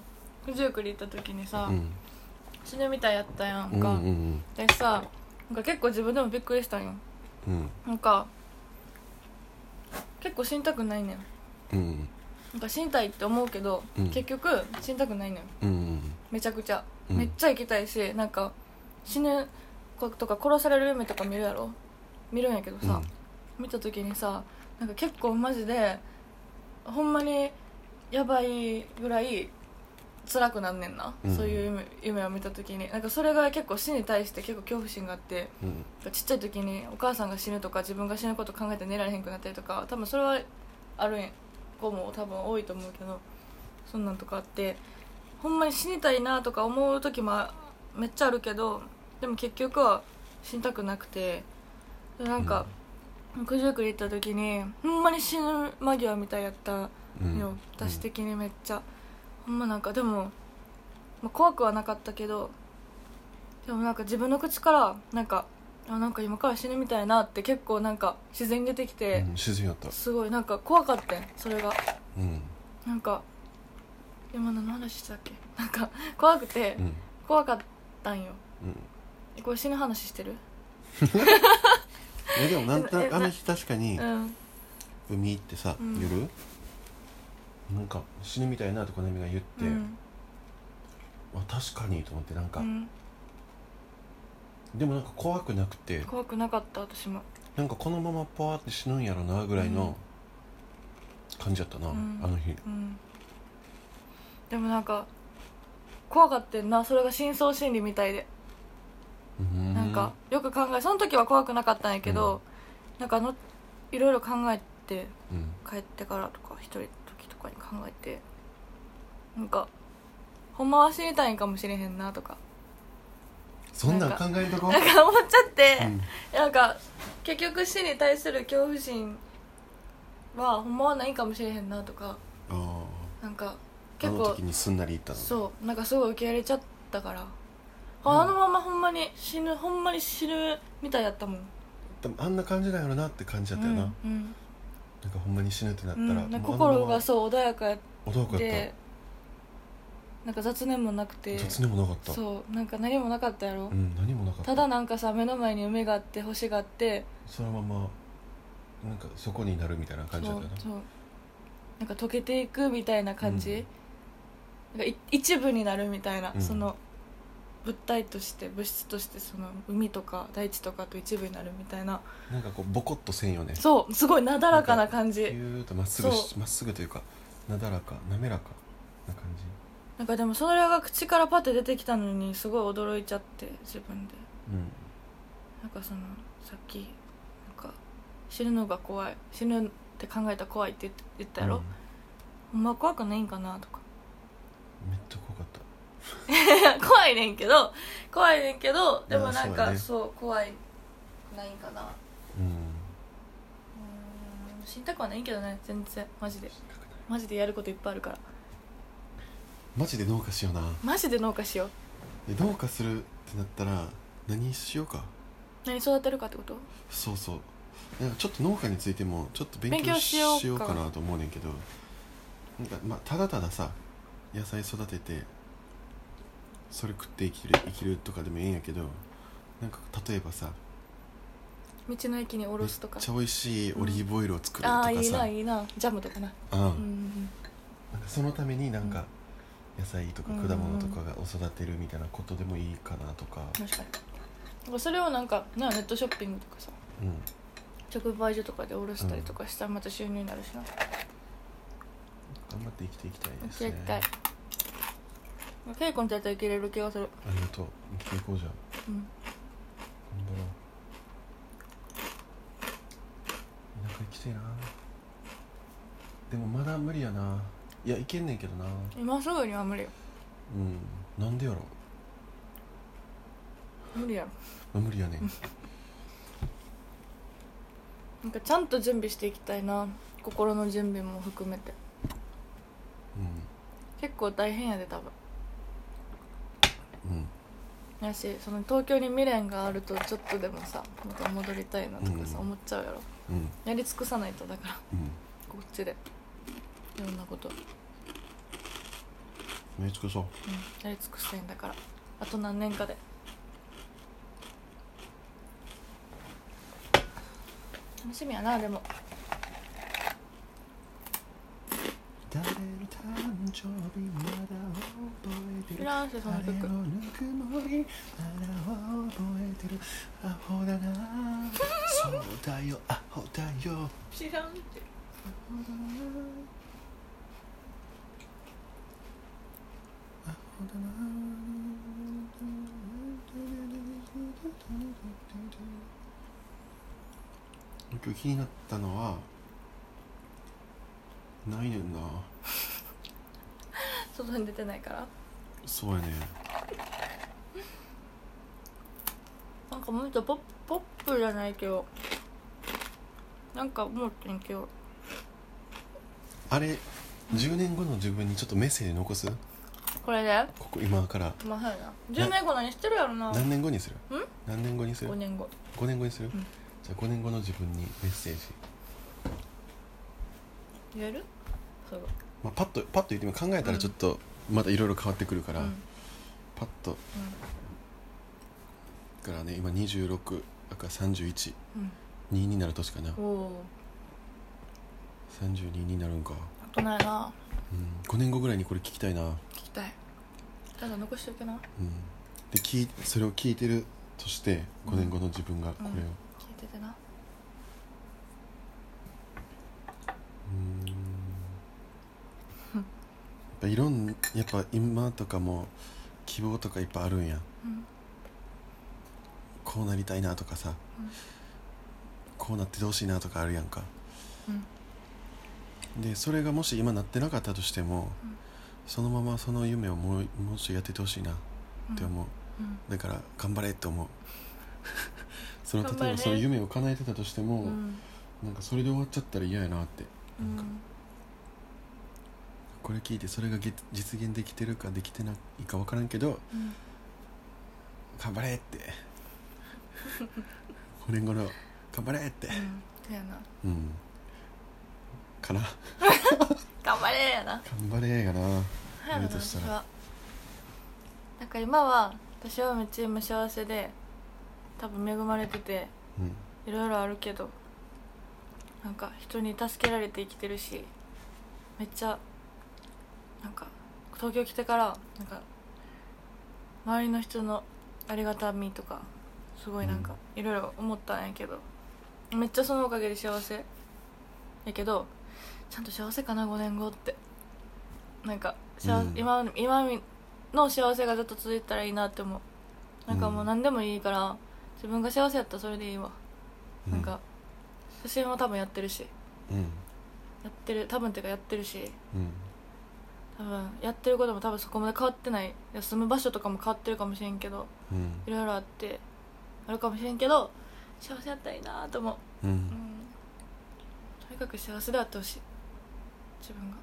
Speaker 1: 九十九里行った時にさ、
Speaker 2: うん
Speaker 1: 死ぬみたいやったや
Speaker 2: う
Speaker 1: ん
Speaker 2: んう
Speaker 1: か、
Speaker 2: ん
Speaker 1: 私さなんか結構自分でもびっくりしたんよ
Speaker 2: うん
Speaker 1: なんか結構死にたくないねん
Speaker 2: うん
Speaker 1: なんか死にたいって思うけど、
Speaker 2: うん
Speaker 1: 結局死にたくないねん
Speaker 2: うんうん
Speaker 1: めちゃくちゃ、
Speaker 2: うん
Speaker 1: めっちゃ行きたいしなんか死ぬことか殺される夢とか見るやろ見るんやけど
Speaker 2: うん
Speaker 1: さ、見た時にさなんか結構マジでほんまにやばいぐらい辛くなんねんな、
Speaker 2: うん
Speaker 1: そういう夢夢を見た時になんかそれが結構死に対して結構恐怖心があって
Speaker 2: うん
Speaker 1: ちっちゃい時にお母さんが死ぬとか自分が死ぬこと考えて寝られへんくなったりとか多分それはある子も多分多いと思うけどそんなんとかあってほんまに死にたいなとか思う時もめっちゃあるけどでも結局は死にたくなくてでなんか九十九里行った時にほんまに死ぬ間際みたいやった
Speaker 2: うん
Speaker 1: よ私的にめっちゃ、ほんまなんかでも、まあ怖くはなかったけどでもなんか自分の口からなんかあなんか今から死ぬみたいなって結構なんか自然に出てき
Speaker 2: う
Speaker 1: て、
Speaker 2: ん自然やった
Speaker 1: すごいなんか怖かったんそれが
Speaker 2: うん
Speaker 1: なんか今何の話したっけなんか怖くて、
Speaker 2: うん
Speaker 1: 怖かったんよ
Speaker 2: うん
Speaker 1: えこれ死ぬ話してる
Speaker 2: えでもなんた
Speaker 1: えな
Speaker 2: あの日確かに
Speaker 1: うん
Speaker 2: 海行ってさ
Speaker 1: うん
Speaker 2: 夜なんか死ぬみたいなとこなみが言っ
Speaker 1: う
Speaker 2: て
Speaker 1: ん
Speaker 2: あ確かにと思ってなん
Speaker 1: う
Speaker 2: か
Speaker 1: ん
Speaker 2: でもなんか怖くなくて
Speaker 1: 怖くなかった私も
Speaker 2: なんかこのままパワーって死ぬんやろなぐらいの感じやったなあ
Speaker 1: うん
Speaker 2: の日
Speaker 1: うんでもなんか怖かってんなそれが深層心理みたいで
Speaker 2: うん
Speaker 1: なんかよく考えその時は怖くなかったんやけど、なんかあのいろいろ考えて
Speaker 2: うん
Speaker 1: 帰ってからとか一人の時とかに考えてなんかほんまは死にたいんかもしれへんなとか
Speaker 2: そんなん考えんとこ
Speaker 1: なんか思っちゃって、
Speaker 2: うん
Speaker 1: なんか結局死に対する恐怖心はほんまはないんかもしれへんなとか
Speaker 2: あー
Speaker 1: なんか
Speaker 2: あ
Speaker 1: 結
Speaker 2: の
Speaker 1: 構
Speaker 2: 時にすんなり行ったの
Speaker 1: そうなんかすごい受け入れちゃったから、
Speaker 2: うん
Speaker 1: ああのままほんまに死ぬほんまに死ぬみたいやったもん
Speaker 2: 多分あんな感じなんやろなって感じやったよな
Speaker 1: うん
Speaker 2: なんかほんまに死ぬってな
Speaker 1: う
Speaker 2: った
Speaker 1: んうん
Speaker 2: ら
Speaker 1: なんか
Speaker 2: もうあの
Speaker 1: 心
Speaker 2: まま
Speaker 1: がそう穏やかやっ
Speaker 2: 驚かや
Speaker 1: て
Speaker 2: っ
Speaker 1: なんか雑念もなくて
Speaker 2: た雑にもなかった
Speaker 1: そうなんか何もなかったやろ、
Speaker 2: うん何もなかった
Speaker 1: ただなんかさ目の前に夢があって星があって
Speaker 2: そのままなんかそこになるみたいな
Speaker 1: そう
Speaker 2: 感じだったよな
Speaker 1: そうなんか溶けていくみたいな感じ、なんかい一部になるみたいな、
Speaker 2: うん
Speaker 1: その物体として物質としてその海とか大地とかと一部になるみたいな
Speaker 2: なんかこうボコッとせんよね
Speaker 1: そうすごいなだらかな感
Speaker 2: ピ
Speaker 1: じ
Speaker 2: ューッとまっすぐ
Speaker 1: そ
Speaker 2: しまっすぐというかなだらか滑らかな感じ
Speaker 1: なんかでもそれが口からパッて出てきたのにすごい驚いちゃって自分で
Speaker 2: うん
Speaker 1: なんかそのさっきなんか死ぬのが怖い死ぬって考えたら怖いって言って言ったやろ、
Speaker 2: うん
Speaker 1: ほんま怖くないんかなとか
Speaker 2: めっちゃ怖かった
Speaker 1: 怖いねんけど怖いねんけどでもなん
Speaker 2: いやそうや
Speaker 1: か
Speaker 2: ね
Speaker 1: そう怖いないんかなう
Speaker 2: うん
Speaker 1: ーん死にたくはないけどね全然マジでマジでやることいっぱいあるから
Speaker 2: マジでどうかしような
Speaker 1: マジで農家しよう
Speaker 2: でどうかするってなったら何しようか
Speaker 1: 何育てるかってこと
Speaker 2: そうそうなんかちょっと農家についてもちょっと勉
Speaker 1: 勉
Speaker 2: 強
Speaker 1: 強
Speaker 2: し
Speaker 1: しようか
Speaker 2: ようかなと思うねんけどなんかまあただたださ野菜育ててそれ食って生きる生きるとかでもええんやけどなんか例えばさ
Speaker 1: 道の駅におろすとか
Speaker 2: めっちゃ美味しいオリーブオイルを作ると
Speaker 1: ああ
Speaker 2: か
Speaker 1: ーいい
Speaker 2: さ、
Speaker 1: な
Speaker 2: うん
Speaker 1: いいなジャムとかなうんうん
Speaker 2: なんかそのためになんか野菜とか
Speaker 1: うん
Speaker 2: 果物とかがお育てるみたいなことでもいいかなとか、
Speaker 1: うん確かになんかそれをなんかなネットショッピングとかさ
Speaker 2: うん
Speaker 1: 直売所とかでおろしたりとかしたらまた収入になるしな、
Speaker 2: 頑張って生きていきたいです
Speaker 1: 絶
Speaker 2: ね
Speaker 1: 対稽古に絶対いけれる気がする
Speaker 2: ありがとう生きていこうじゃん
Speaker 1: うん
Speaker 2: 頑張ろう田舎れきついなでもまだ無理やないやいけんねんけどな
Speaker 1: 今すぐには無理よ
Speaker 2: うんなんでやろ
Speaker 1: 無理やろ
Speaker 2: あ無理やねん
Speaker 1: なんかちゃんと準備していきたいな心の準備も含めて結構大変やで多分
Speaker 2: うんうん
Speaker 1: やしその東京に未練があるとちょっとでもさまた戻りたいなとかさ
Speaker 2: うん
Speaker 1: 思っちゃうやろ
Speaker 2: うん
Speaker 1: やり尽くさないとだから
Speaker 2: う
Speaker 1: こっちでいろんなこと、うん、
Speaker 2: ん目つくそう
Speaker 1: やり尽くしたいんだからあと何年かで楽しみやなでも
Speaker 2: 誰の誕生日まだ覚えて
Speaker 1: 知
Speaker 2: る
Speaker 1: らんしその
Speaker 2: 誰
Speaker 1: 曲
Speaker 2: のぬくもりまだ覚えてるアホだなそうだよアホだよ
Speaker 1: 知らんって
Speaker 2: アホだなアホだな今日気になったのはないねんな
Speaker 1: 外に出てないから
Speaker 2: そうやね
Speaker 1: なんかもっとポッポップじゃないけどなんか思ってんけど
Speaker 2: あれ10年後の自分にちょっとメッセージ残す
Speaker 1: これで
Speaker 2: ここ今から
Speaker 1: まあそうやな10年後何してるやろな
Speaker 2: 何年後にする
Speaker 1: ん
Speaker 2: 何年後にする
Speaker 1: 5年後
Speaker 2: 5年後にする、
Speaker 1: ん
Speaker 2: じゃあ5年後の自分にメッセージ、
Speaker 1: 言えるそう
Speaker 2: まあ、パッとパッと言っても考えたらちょっとまたいろいろ変わってくるから、
Speaker 1: うん
Speaker 2: パッと、だからね今26だから312
Speaker 1: うん
Speaker 2: になる年かな
Speaker 1: おお
Speaker 2: 32になるんか、
Speaker 1: あとないな
Speaker 2: うん、5年後ぐらいにこれ聞きたいな、うん、
Speaker 1: 聞きたいただ残しておけな
Speaker 2: で聞いそれを聞いてるとして5年後の自分がこれを、
Speaker 1: うん聞いててな
Speaker 2: うーんやっぱいろんやっぱ今とかも希望とかいっぱいあるんや
Speaker 1: うん
Speaker 2: こうなりたいなとかさ、
Speaker 1: うん
Speaker 2: こうなってほしいなとかあるやんか
Speaker 1: うん
Speaker 2: でそれがもし今なってなかったとしても、
Speaker 1: うん
Speaker 2: そのままその夢をもうもうちょいやっててほしいなっ
Speaker 1: うん
Speaker 2: て思う、
Speaker 1: うん
Speaker 2: だから頑張れって思う その
Speaker 1: 頑張れ
Speaker 2: 例えばその夢を叶えてたとしても、
Speaker 1: うん
Speaker 2: なんかそれで終わっちゃったら嫌やなって
Speaker 1: う
Speaker 2: なんか
Speaker 1: ん
Speaker 2: これ聞いてそれがげ実現できてるかできてないか分からんけど
Speaker 1: うん
Speaker 2: 頑張れって 5年後の頑張れって
Speaker 1: うんそうやな
Speaker 2: うんかな
Speaker 1: 頑張れやな
Speaker 2: 頑張れやな
Speaker 1: や
Speaker 2: や
Speaker 1: な
Speaker 2: るとしたら
Speaker 1: 私はなんか今は私はめっちゃ今幸せで多分恵まれてて
Speaker 2: うん
Speaker 1: いろいろあるけどなんか人に助けられて生きてるしめっちゃなんか東京来てからなんか周りの人のありがたみとかすごいなんかいろいろ思ったんやけど、めっちゃそのおかげで幸せやけどちゃんと幸せかな5年後ってなんか幸せ、
Speaker 2: うん
Speaker 1: 今今の幸せがずっと続いたらいいなって思うなんかもう何でもいいから自分が幸せやったらそれでいいわ
Speaker 2: う
Speaker 1: なんか写真は多分やってるし
Speaker 2: うん
Speaker 1: やってる多分っていうかやってるし
Speaker 2: うん
Speaker 1: 多分やってることも多分そこまで変わってないいや住む場所とかも変わってるかもしれんけど
Speaker 2: うん
Speaker 1: いろいろあってあるかもしれんけど幸せやったらいいなと思
Speaker 2: う
Speaker 1: う、うんん、とにかく幸せであってほしい自分が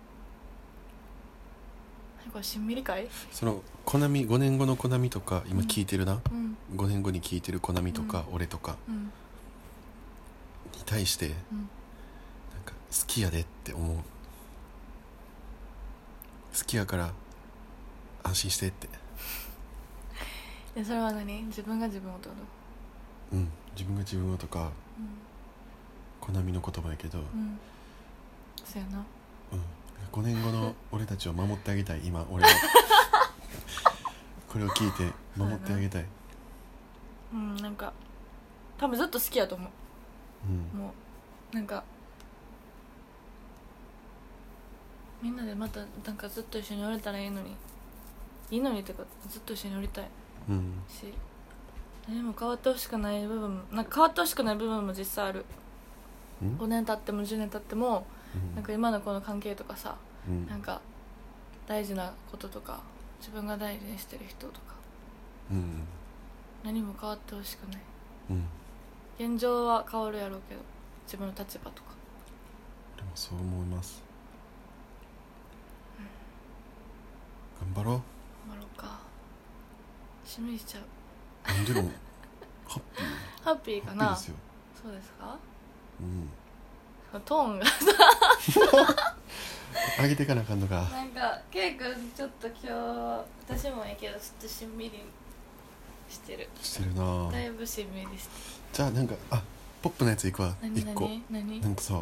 Speaker 1: 何これしんみりかい
Speaker 2: そのコナミ5年後のコナミとか今聞いてるな、
Speaker 1: うん
Speaker 2: 5年後に聞いてるコナミとか、俺とか
Speaker 1: うん
Speaker 2: に対してなん
Speaker 1: うん
Speaker 2: か好きやでって思う好きやから安心してって
Speaker 1: でそれは何自分が自分をってこと
Speaker 2: うん自分が自分をとかコナミの言葉やけど、
Speaker 1: うんうんそうやな
Speaker 2: うん、5年後の俺たちを守ってあげたい今 俺はこれを聞いて守ってあげたい、
Speaker 1: うんなんか多分ずっと好きやと思う
Speaker 2: うん、
Speaker 1: もうなんかみんなでまたなんかずっと一緒におれたらいいのにいいのにっていうかずっと一緒におりたい
Speaker 2: うん
Speaker 1: し何も変わってほしくない部分もなんか変わってほしくない部分も実際ある
Speaker 2: うん
Speaker 1: 5年経っても10年経っても
Speaker 2: うん
Speaker 1: なんか今のこの関係とかさ
Speaker 2: うん
Speaker 1: なんか大事なこととか自分が大事にしてる人とか
Speaker 2: うん
Speaker 1: 何も変わってほしくない
Speaker 2: うん
Speaker 1: 現状は変わるやろうけど自分の立場とか
Speaker 2: でもそう思います頑張ろ
Speaker 1: 頑張ろうかしみりちゃう
Speaker 2: うなんでもハッピ
Speaker 1: ハッピー
Speaker 2: ー
Speaker 1: か
Speaker 2: ハッピー
Speaker 1: な
Speaker 2: ですよ、
Speaker 1: そうですか
Speaker 2: うん、
Speaker 1: トーンが
Speaker 2: 上げていかなあかんのか
Speaker 1: なんかケイ君ちょっと今日私もいいけどちょっとしんみりしてる
Speaker 2: してるなあ
Speaker 1: だいぶしんみりして
Speaker 2: じゃあなんかあポップなやついくわ
Speaker 1: 何
Speaker 2: 一個
Speaker 1: 何何
Speaker 2: なんかさ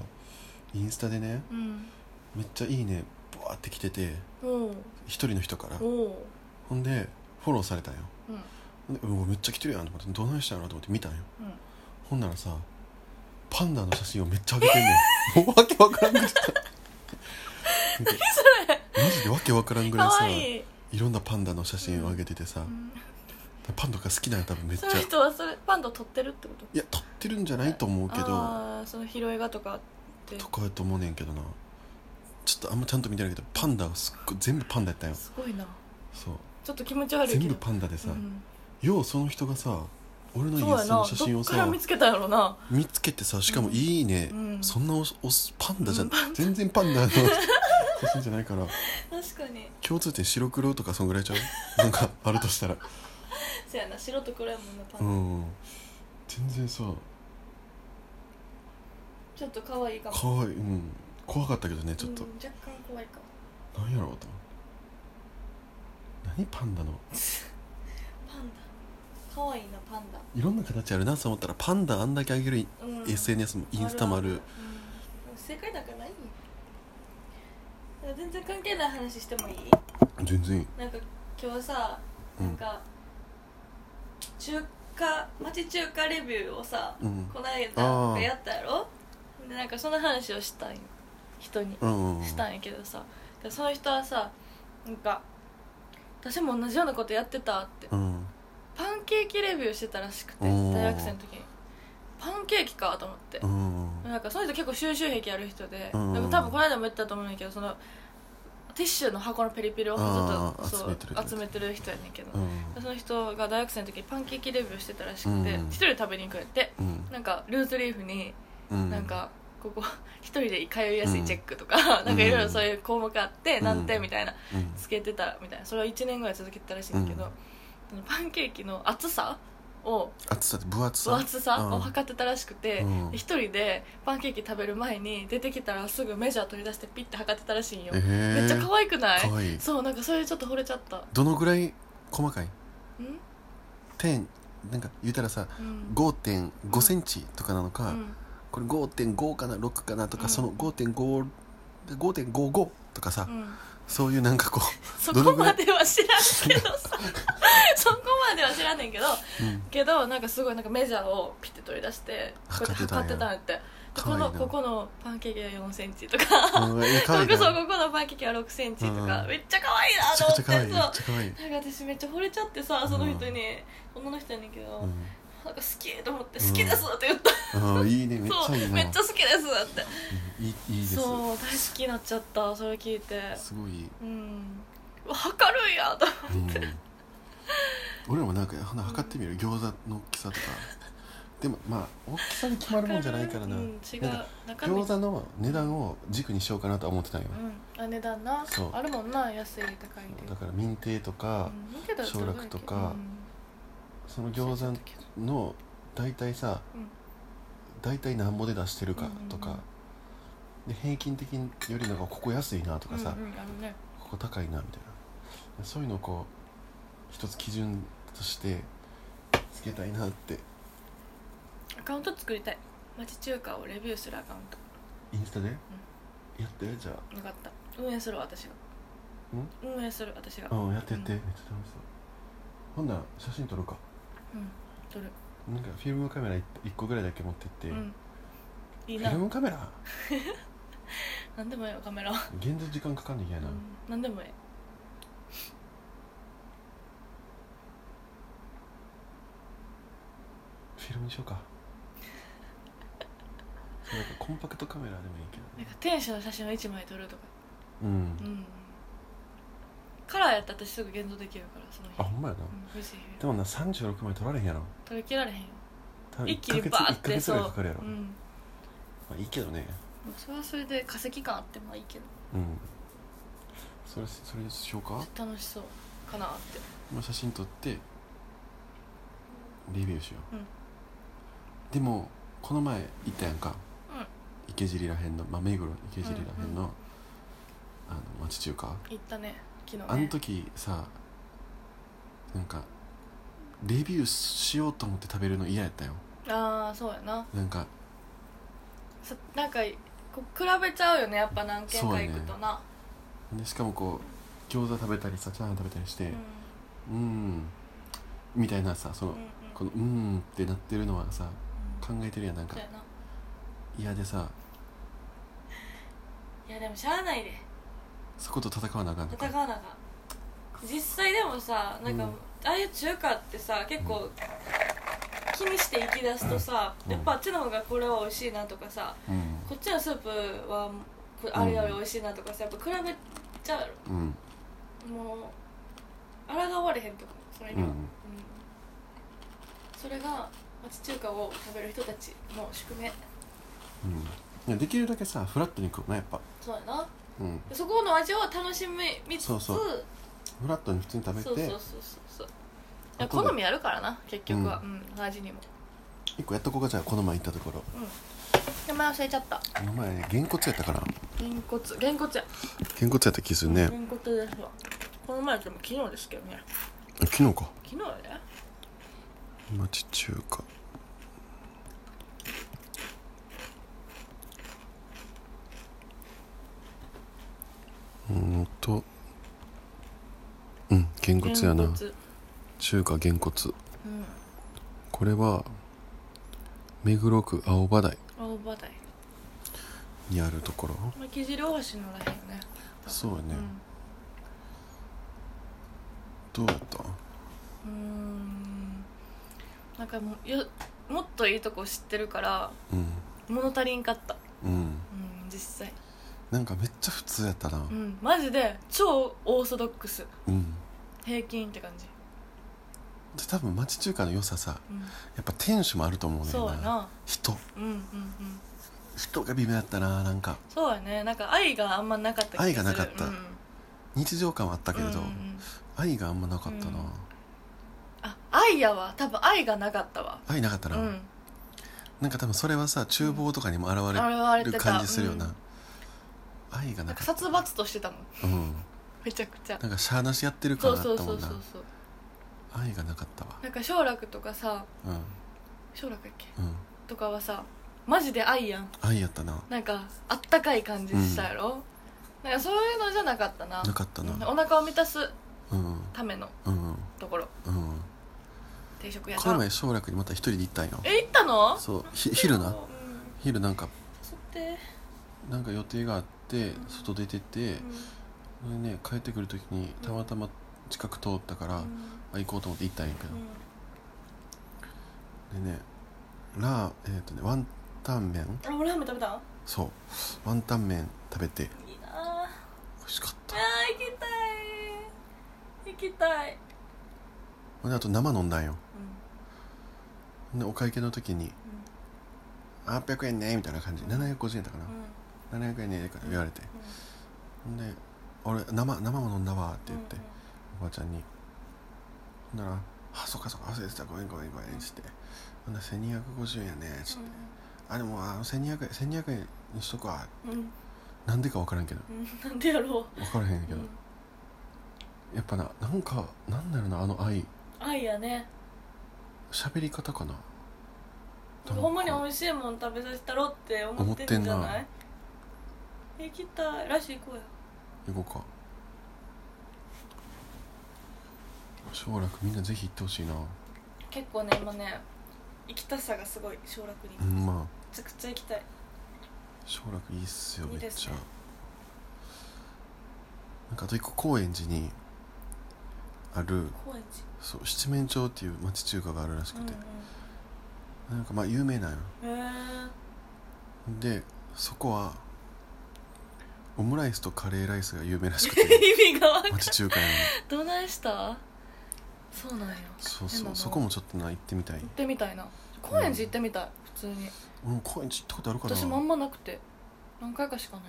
Speaker 2: インスタでね
Speaker 1: うん
Speaker 2: めっちゃいいねブワーって来てて
Speaker 1: おお
Speaker 2: 一人の人から
Speaker 1: おお
Speaker 2: ほんでフォローされたんよ
Speaker 1: うん
Speaker 2: でうわめっちゃ来てるやんと思ってどないしたんやろと思って見たんよ
Speaker 1: うん
Speaker 2: ほんならさパンダの写真をめっちゃ上げてんねん、 もうわけわからんぐら いさなんかマジでわけわからんぐらい
Speaker 1: 可
Speaker 2: さ
Speaker 1: 愛いい、
Speaker 2: いろんなパンダの写真を上げててさ、
Speaker 1: うん、
Speaker 2: パンダが好きなんや多分めっちゃ
Speaker 1: その人はそれパンダ撮ってるってこと
Speaker 2: いや撮ってるんじゃないと思うけど
Speaker 1: ああその拾いがとかあって
Speaker 2: とかやと思うねんけどなちょっとあんまちゃんと見てないけどパンダはすっごい全部パンダやったんよ
Speaker 1: すごいな
Speaker 2: そう
Speaker 1: ちょっと気持ち悪いけど
Speaker 2: 全部パンダでさ、
Speaker 1: うん
Speaker 2: ようその人がさ俺のイン
Speaker 1: そうやな
Speaker 2: スタの写真
Speaker 1: ど
Speaker 2: を
Speaker 1: っか
Speaker 2: さ
Speaker 1: ら見つけたんやろな
Speaker 2: 見つけてさしかもいいね、
Speaker 1: うん
Speaker 2: そんなおおパンダじゃ、
Speaker 1: うん
Speaker 2: 全然パンダの 写真じゃないから
Speaker 1: 確かに
Speaker 2: 共通点白黒とかそんぐらいちゃ うなんかあるとしたら
Speaker 1: そうやな白と黒やもんなパン
Speaker 2: う
Speaker 1: ダ、
Speaker 2: ん全然さ
Speaker 1: ちょっと可愛いかも
Speaker 2: かわいい、うん、怖かったけどねちょっと
Speaker 1: うん、若干怖いかも
Speaker 2: なんやろうと何パンダの
Speaker 1: パンダ可愛いなパンダ、
Speaker 2: いろんな形あるなと思ったらパンダあんだけあげる
Speaker 1: うん
Speaker 2: SNS もインスタもある
Speaker 1: うん正解なんかないよ全然関係ない話してもいい
Speaker 2: 全然いい
Speaker 1: なんか今日さ
Speaker 2: うん
Speaker 1: なんか、中華町中華レビューをさ、
Speaker 2: うん
Speaker 1: この
Speaker 2: あ
Speaker 1: 間
Speaker 2: ー
Speaker 1: やったやろでなんかその話をしたい人に
Speaker 2: うんうんうん
Speaker 1: したんやけどさ、その人はさなんか私も同じようなことやってたって、
Speaker 2: うん
Speaker 1: パンケーキレビューしてたらしくて
Speaker 2: おー
Speaker 1: 大学生の時にパンケーキかと思って
Speaker 2: う、ん
Speaker 1: なんかその人結構収集癖ある人で、
Speaker 2: うん
Speaker 1: なんか多分この間も言ったと思うんやけどそのティッシュの箱のペリペリをずっ
Speaker 2: あ
Speaker 1: と
Speaker 2: ー
Speaker 1: そう
Speaker 2: 集めてる
Speaker 1: 集めてる人やねんけど、
Speaker 2: うん
Speaker 1: その人が大学生の時にパンケーキレビューしてたらしくて、
Speaker 2: うん
Speaker 1: 一人で食べに行くんやって
Speaker 2: うん
Speaker 1: なんかルーズリーフに
Speaker 2: うん
Speaker 1: なんかこ こ一人で通いやすいチェックとか、なんかいろいろそういう項目あって、
Speaker 2: うん
Speaker 1: なんてみたいな
Speaker 2: うん
Speaker 1: つけてたみたいなそれを1年ぐらい続けてたらしいんだけど、
Speaker 2: うん
Speaker 1: そのパンケーキの厚さを
Speaker 2: 厚さ分厚さ
Speaker 1: 分厚さ
Speaker 2: うん
Speaker 1: を測ってたらしくて
Speaker 2: うん
Speaker 1: 一、人でパンケーキ食べる前に出てきたらすぐメジャー取り出してピッて測ってたらしいんよ、
Speaker 2: えー
Speaker 1: めっちゃ可愛くない
Speaker 2: 可愛い
Speaker 1: そうなんかそれちょっと惚れちゃったん
Speaker 2: どのぐらい細かい
Speaker 1: うん
Speaker 2: 点なんか言うたらさ5 5センチとかなのか、
Speaker 1: うん
Speaker 2: これ5.5かな6かなとか、
Speaker 1: うん
Speaker 2: その5.5 5.55とかさ、
Speaker 1: うん
Speaker 2: そういうなんかこ
Speaker 1: そ
Speaker 2: ど
Speaker 1: こ
Speaker 2: のぐら
Speaker 1: ま
Speaker 2: い
Speaker 1: では知らんけどさ そこまでは知らんねんけど
Speaker 2: う、 うん
Speaker 1: けどなんかすごいなんかメジャーをピッて取り出してこうやって
Speaker 2: 測ってたんや
Speaker 1: 測ってたんやってで
Speaker 2: 可
Speaker 1: こ
Speaker 2: 愛いな
Speaker 1: のここのパンケーキは4センチとか
Speaker 2: うん、いや可
Speaker 1: そ
Speaker 2: 愛
Speaker 1: れこ
Speaker 2: いな
Speaker 1: そここのパンケーキは6センチとか、
Speaker 2: うん
Speaker 1: めっちゃ可愛いな
Speaker 2: めち
Speaker 1: と
Speaker 2: ゃ
Speaker 1: 思っ
Speaker 2: くち
Speaker 1: て
Speaker 2: ゃ可愛いめ
Speaker 1: そう
Speaker 2: っちゃ可愛い、
Speaker 1: なんか私めっちゃ惚れちゃってさその人に、女の人やねんけど、なんか好きと思って「
Speaker 2: うん
Speaker 1: 好きです」って言った、
Speaker 2: うん、あいいねめっち
Speaker 1: そ
Speaker 2: ゃ
Speaker 1: う
Speaker 2: いいな
Speaker 1: めっちゃ好きですだって
Speaker 2: うんいいいいです
Speaker 1: そう大好きになっちゃったそれ聞いて
Speaker 2: すごいいい、
Speaker 1: うんうわ測るんやと
Speaker 2: うん、俺らもなんかほな測ってみる餃子の大きさとかでもまあ大きさに決まるもんじゃないからな,、
Speaker 1: うん、違う
Speaker 2: なんか
Speaker 1: 中身
Speaker 2: 餃子の値段を軸にしようかなとは思ってたんよ、
Speaker 1: うんあ値段な
Speaker 2: そう
Speaker 1: あるもんな安い高いで
Speaker 2: だから民定とか、
Speaker 1: うん見てたらすごい
Speaker 2: 小楽とかその
Speaker 1: うん
Speaker 2: 餃子の大体さ、
Speaker 1: うん
Speaker 2: 大体何ぼで出してるかと
Speaker 1: うん
Speaker 2: か、で平均的によりなんかここ安いなとかさ、
Speaker 1: うんうんあのね
Speaker 2: ここ高いなみたいなそういうのをこう一つ基準としてつけたいなって
Speaker 1: アカウント作りたい町中華をレビューするアカウント
Speaker 2: インスタで、やってじゃあ
Speaker 1: よかった運営する私が運営する私が
Speaker 2: うんやってやって、
Speaker 1: うん
Speaker 2: めっちゃ楽しそうほんなら写真撮ろうか
Speaker 1: うん撮る
Speaker 2: なんかフィルムカメラ 1, 個ぐらいだけ持ってって、
Speaker 1: うんいい
Speaker 2: フィ
Speaker 1: な
Speaker 2: ルムカメラ
Speaker 1: 何でもいいよカメラは
Speaker 2: 現像時間かかんねんやな、
Speaker 1: うん何でもいい
Speaker 2: フィルムにしようかそうなんかコンパクトカメラでもいいけ
Speaker 1: なんか天使の写真を1枚撮るとか
Speaker 2: どうん
Speaker 1: うんカラーやったら私すぐ現像できるからその日
Speaker 2: あほんまやな
Speaker 1: うん不思議
Speaker 2: でもな36枚取られへんやろ
Speaker 1: 取り切られへんよ
Speaker 2: 多分
Speaker 1: 一気に
Speaker 2: 1
Speaker 1: バ
Speaker 2: ヶ
Speaker 1: ー
Speaker 2: 月
Speaker 1: っ
Speaker 2: 1ヶ
Speaker 1: て
Speaker 2: 月
Speaker 1: そ
Speaker 2: ぐ
Speaker 1: う
Speaker 2: らいかかるやろ、
Speaker 1: うん、も
Speaker 2: まあいいけどね
Speaker 1: うそれはそれで化石感あってもいいけど
Speaker 2: うんそれそれしようか、
Speaker 1: 楽しそうかなって
Speaker 2: まあ、写真撮ってレビューしよう、
Speaker 1: うん
Speaker 2: でもこの前行ったやんか、
Speaker 1: うん
Speaker 2: 池尻らへんの、まあ、目黒池尻らへんの,、
Speaker 1: うんう
Speaker 2: あの町中華、
Speaker 1: 行ったね昨日ね
Speaker 2: あの時さなんかレビューしようと思って食べるの嫌やったよ
Speaker 1: ああそうやな
Speaker 2: なんか
Speaker 1: さなんかこう比べちゃうよねやっぱ何軒
Speaker 2: そう
Speaker 1: か
Speaker 2: や
Speaker 1: 行
Speaker 2: ね
Speaker 1: くとな
Speaker 2: でしかもこう餃子食べたりさチャーハン食べたりして
Speaker 1: うん
Speaker 2: うんみたいなさその、
Speaker 1: うんうん
Speaker 2: この「うん」ってなってるのはさ
Speaker 1: うん
Speaker 2: 考えてるやんなんか
Speaker 1: そうやな
Speaker 2: 嫌でさ
Speaker 1: いやでもしゃあないで
Speaker 2: そこと戦わなあかんの
Speaker 1: 戦
Speaker 2: か
Speaker 1: わなあかん実際でもさなんか、
Speaker 2: うん
Speaker 1: ああいう中華ってさ結構気にして行き出すとさ、
Speaker 2: うん
Speaker 1: やっぱあっちの方がこれは美味しいなとかさ
Speaker 2: うん
Speaker 1: こっちのスープはこあれより美味しいなとかさやっぱ比べちゃうや
Speaker 2: うん
Speaker 1: ろもう抗われへんとかそれに
Speaker 2: う
Speaker 1: は、
Speaker 2: ん
Speaker 1: うんそれが町中華を食べる人たちの宿命
Speaker 2: うんいやできるだけさフラットに食うなやっぱ
Speaker 1: そうやな
Speaker 2: うん
Speaker 1: そこの味を楽しみみつつ
Speaker 2: そうそうフラットに普通に食べて
Speaker 1: そうそうそうそうそういや
Speaker 2: 後で
Speaker 1: 好みあるからな結局は、うん味にも
Speaker 2: 一個やっとこうかじゃあこの前行ったところ
Speaker 1: 名前忘れちゃった
Speaker 2: この前げんこつやったから
Speaker 1: げんこつげんこつや
Speaker 2: げんこつやった気するね
Speaker 1: げんこつですわこの前でも昨日ですけどね
Speaker 2: あ昨日か
Speaker 1: 昨日やで
Speaker 2: 町中華うーんとうんげんこつや
Speaker 1: げん
Speaker 2: な
Speaker 1: こつ
Speaker 2: 中華げんこつ
Speaker 1: うん
Speaker 2: これは目黒区青葉台
Speaker 1: 青葉台
Speaker 2: にあるところ
Speaker 1: 巻き汁大橋のらへんよね
Speaker 2: そうやね、
Speaker 1: うん
Speaker 2: どうだった
Speaker 1: うーんなんかもうよもっといいとこ知ってるから
Speaker 2: うん
Speaker 1: 物足りんかった
Speaker 2: うん
Speaker 1: うん実際
Speaker 2: なんかめっちゃ普通やったな
Speaker 1: うんマジで超オーソドックス
Speaker 2: うん
Speaker 1: 平均って感じ、
Speaker 2: で多分町中華の良ささ
Speaker 1: う、
Speaker 2: やっぱ店主もあると思うんねん
Speaker 1: そうやな
Speaker 2: 人
Speaker 1: うんうんうん
Speaker 2: 人が微妙やったななんか
Speaker 1: そうやねなんか愛があんまなかった気する
Speaker 2: 愛がなかった
Speaker 1: うん
Speaker 2: 日常感はあったけれ
Speaker 1: う
Speaker 2: ど、
Speaker 1: んうん
Speaker 2: 愛があんまなかったな、
Speaker 1: うんあ愛やわ多分愛がなかったわ
Speaker 2: 愛なかった
Speaker 1: う
Speaker 2: な、
Speaker 1: ん
Speaker 2: なんか多分それはさ厨房とかにも現
Speaker 1: 現
Speaker 2: れ
Speaker 1: れて
Speaker 2: る
Speaker 1: た
Speaker 2: 感じするよな、
Speaker 1: うん
Speaker 2: 愛
Speaker 1: な
Speaker 2: がなん
Speaker 1: か
Speaker 2: かっ
Speaker 1: 殺
Speaker 2: た
Speaker 1: 伐としてたもん
Speaker 2: うん
Speaker 1: めちゃくちゃ
Speaker 2: なんかしゃあなしやってる
Speaker 1: そう
Speaker 2: 感あったも
Speaker 1: そ
Speaker 2: ん
Speaker 1: うそ
Speaker 2: な
Speaker 1: うそうそう
Speaker 2: 愛がなかったわ
Speaker 1: なんか奨楽とかさ
Speaker 2: うん
Speaker 1: 奨楽やっけ
Speaker 2: うん
Speaker 1: とかはさマジで愛やん
Speaker 2: 愛やったな
Speaker 1: なんかあったかい感じしたやろ、なんかそういうのじゃなかったな
Speaker 2: なかったな
Speaker 1: お腹を満たす
Speaker 2: うん
Speaker 1: ための
Speaker 2: うんうん
Speaker 1: ところ定食屋
Speaker 2: こ
Speaker 1: さ
Speaker 2: の
Speaker 1: ん
Speaker 2: 前奨楽にまた一人で行ったんよ
Speaker 1: え行ったの
Speaker 2: そうひ昼
Speaker 1: う
Speaker 2: なん昼なんか
Speaker 1: そって
Speaker 2: なんか予定があって外出てて
Speaker 1: うん
Speaker 2: それでね帰ってくる時にたまたま近く通ったから、
Speaker 1: うん
Speaker 2: あ行こうと思って行ったんやけど、
Speaker 1: うん
Speaker 2: でねラーえっ、とねワンタン麺
Speaker 1: あ俺ラーメン食べた
Speaker 2: そうワンタン麺食べて美
Speaker 1: いいなあ
Speaker 2: 味しかった
Speaker 1: あー行きたい行きたい、
Speaker 2: ほんであと生飲んだんよ
Speaker 1: う
Speaker 2: ほんでお会計の時に「800円ね」みたいな感じ750円だか
Speaker 1: んうん
Speaker 2: な700円ねって言われて
Speaker 1: うん
Speaker 2: ほんで「俺生生も飲んだわ」って言って
Speaker 1: うん
Speaker 2: おばちゃんにほんなら「あそっかそっか忘れてたごめんごめんごめん」っつって「ほんなら1250円やね」っつって「あでもあの1200円1200円にしとくわ
Speaker 1: うんうんうん」
Speaker 2: なんでか分からんけど
Speaker 1: うんなんでやろ
Speaker 2: 分からへん
Speaker 1: う、
Speaker 2: けど
Speaker 1: うん
Speaker 2: やっぱななんかなんだろうなあの愛
Speaker 1: 愛やね
Speaker 2: 喋り方かななんか
Speaker 1: ほんまに美味しいもん食べさせたろって思ってるんじゃない行きたい来週行こうよ
Speaker 2: 行こうか将楽みんなぜひ行ってほしいな
Speaker 1: 結構ね今ね行きたさがすごい奨楽に
Speaker 2: う
Speaker 1: め
Speaker 2: んまあ
Speaker 1: ちゃくちゃ行きたい
Speaker 2: 将楽いいっすよ
Speaker 1: いい
Speaker 2: めっちゃ
Speaker 1: ですね
Speaker 2: なんかあと一個高円寺にある
Speaker 1: 高円
Speaker 2: そう七面鳥っていう町中華があるらしく
Speaker 1: 寺
Speaker 2: て、なんかまあ有名なんよ
Speaker 1: うんうんへえ
Speaker 2: でそこはオムライスとカレーライスが有名らしくて
Speaker 1: 意味がわかんない
Speaker 2: 町中華なのに
Speaker 1: どないしたそうなんよ
Speaker 2: そ
Speaker 1: 変
Speaker 2: うそ
Speaker 1: な
Speaker 2: う
Speaker 1: の
Speaker 2: そこもちょっとな行ってみたい
Speaker 1: 行ってみたいな高円寺行ってみたい普通に
Speaker 2: 俺も高円寺行ったことあるかな
Speaker 1: 私もあんまなくて何回かしかない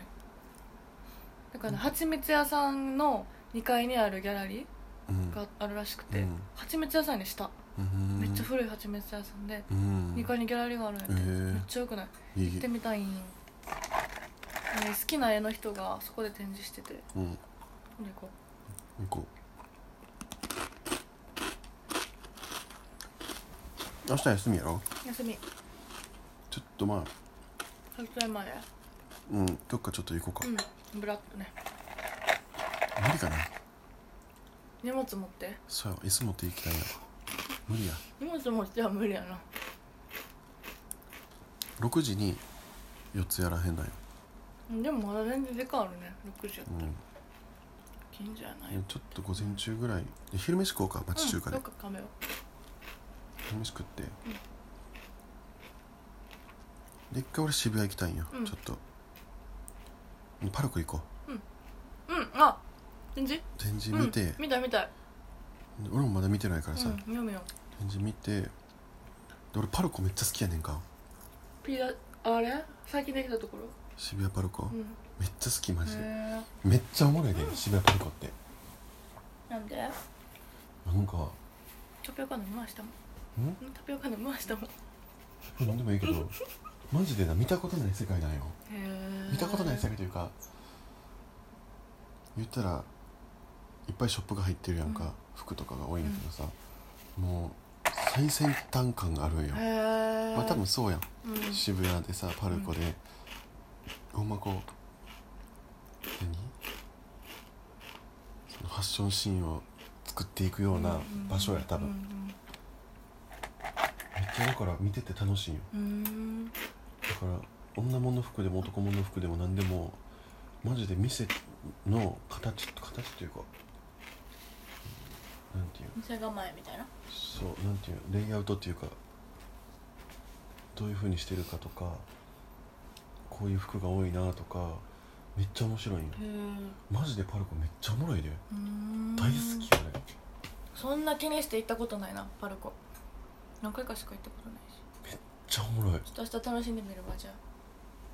Speaker 1: だからね蜂蜜屋さんの2階にあるギャラリ
Speaker 2: うん
Speaker 1: ーがあるらしくて、
Speaker 2: うん
Speaker 1: 蜂蜜屋さんにした、
Speaker 2: うん
Speaker 1: めっちゃ古い蜂蜜屋さんで、
Speaker 2: うん
Speaker 1: 2階にギャラリーがあるんやて、
Speaker 2: へえ
Speaker 1: めっちゃよくない
Speaker 2: い
Speaker 1: 行っ
Speaker 2: い
Speaker 1: てみたいんよ、ね好きな絵の人がそこで展示してて
Speaker 2: うん
Speaker 1: 今度行こ
Speaker 2: 行こう明日休みやろ
Speaker 1: う休み
Speaker 2: ちょっとまあ
Speaker 1: 春くらいまで
Speaker 2: うんどっかちょっと行こうか、
Speaker 1: うんブラッとね
Speaker 2: 無理かな
Speaker 1: 荷物持って
Speaker 2: そうや椅子持って行きたいな無理や
Speaker 1: 荷物持っては無理やな
Speaker 2: 6時に4つやらへんだよ
Speaker 1: うんでもまだ全然時間あるね6時や
Speaker 2: うん
Speaker 1: 近所やない
Speaker 2: いやちょっと午前中ぐらいで昼飯食おうか町中華で、
Speaker 1: うん、どっか亀を
Speaker 2: 昼飯食って、で一回俺渋谷行きたいんよ、
Speaker 1: うん
Speaker 2: ちょっとパルコ行こ
Speaker 1: うんあ展示
Speaker 2: う展示見て
Speaker 1: うん、、見たい見たい
Speaker 2: 俺もまだ見てないからさ、
Speaker 1: うん見よう見よ
Speaker 2: 展示見てで俺パルコめっちゃ好きやねんか
Speaker 1: うピーラあれ最近できたところ
Speaker 2: 渋谷パルコ、
Speaker 1: うん
Speaker 2: めっちゃ好きマジで、
Speaker 1: へ
Speaker 2: めっちゃおもろいね、渋谷パルコって
Speaker 1: えなんで
Speaker 2: なんか
Speaker 1: タピオカ飲みましたもん
Speaker 2: ん
Speaker 1: タピオカ飲みましたもんへ
Speaker 2: なんでもいいけどマジでな見たことない世界なんよ
Speaker 1: え
Speaker 2: 見たことない世界というか言ったらいっぱいショップが入ってるやんか、
Speaker 1: うん
Speaker 2: 服とかが多いんだけどさ、もう最先端感があるんよ、
Speaker 1: へえ
Speaker 2: まあ多分そうやん、
Speaker 1: うん
Speaker 2: 渋谷でさパルコで、ほんまこう何そのファッションシーンを作っていくような場所や多分、
Speaker 1: う
Speaker 2: めっ
Speaker 1: ん
Speaker 2: ちゃだから見てて楽しいよ
Speaker 1: うんうん
Speaker 2: だから女物の服でも男物の服でも何でもマジで店の形形というかなんていう
Speaker 1: 店構えみたいな
Speaker 2: そうなんていうレイアウトっていうかどういうふうにしてるかとかこういう服が多いなとかめっちゃ面白いんよ
Speaker 1: へえ
Speaker 2: マジでパルコめっちゃおもろいで
Speaker 1: うん
Speaker 2: 大好きよね
Speaker 1: そんな気にして行ったことないなパルコ何回かしか行ったことないし
Speaker 2: めっちゃおもろい
Speaker 1: ちょっと明日楽しんでみるわじゃ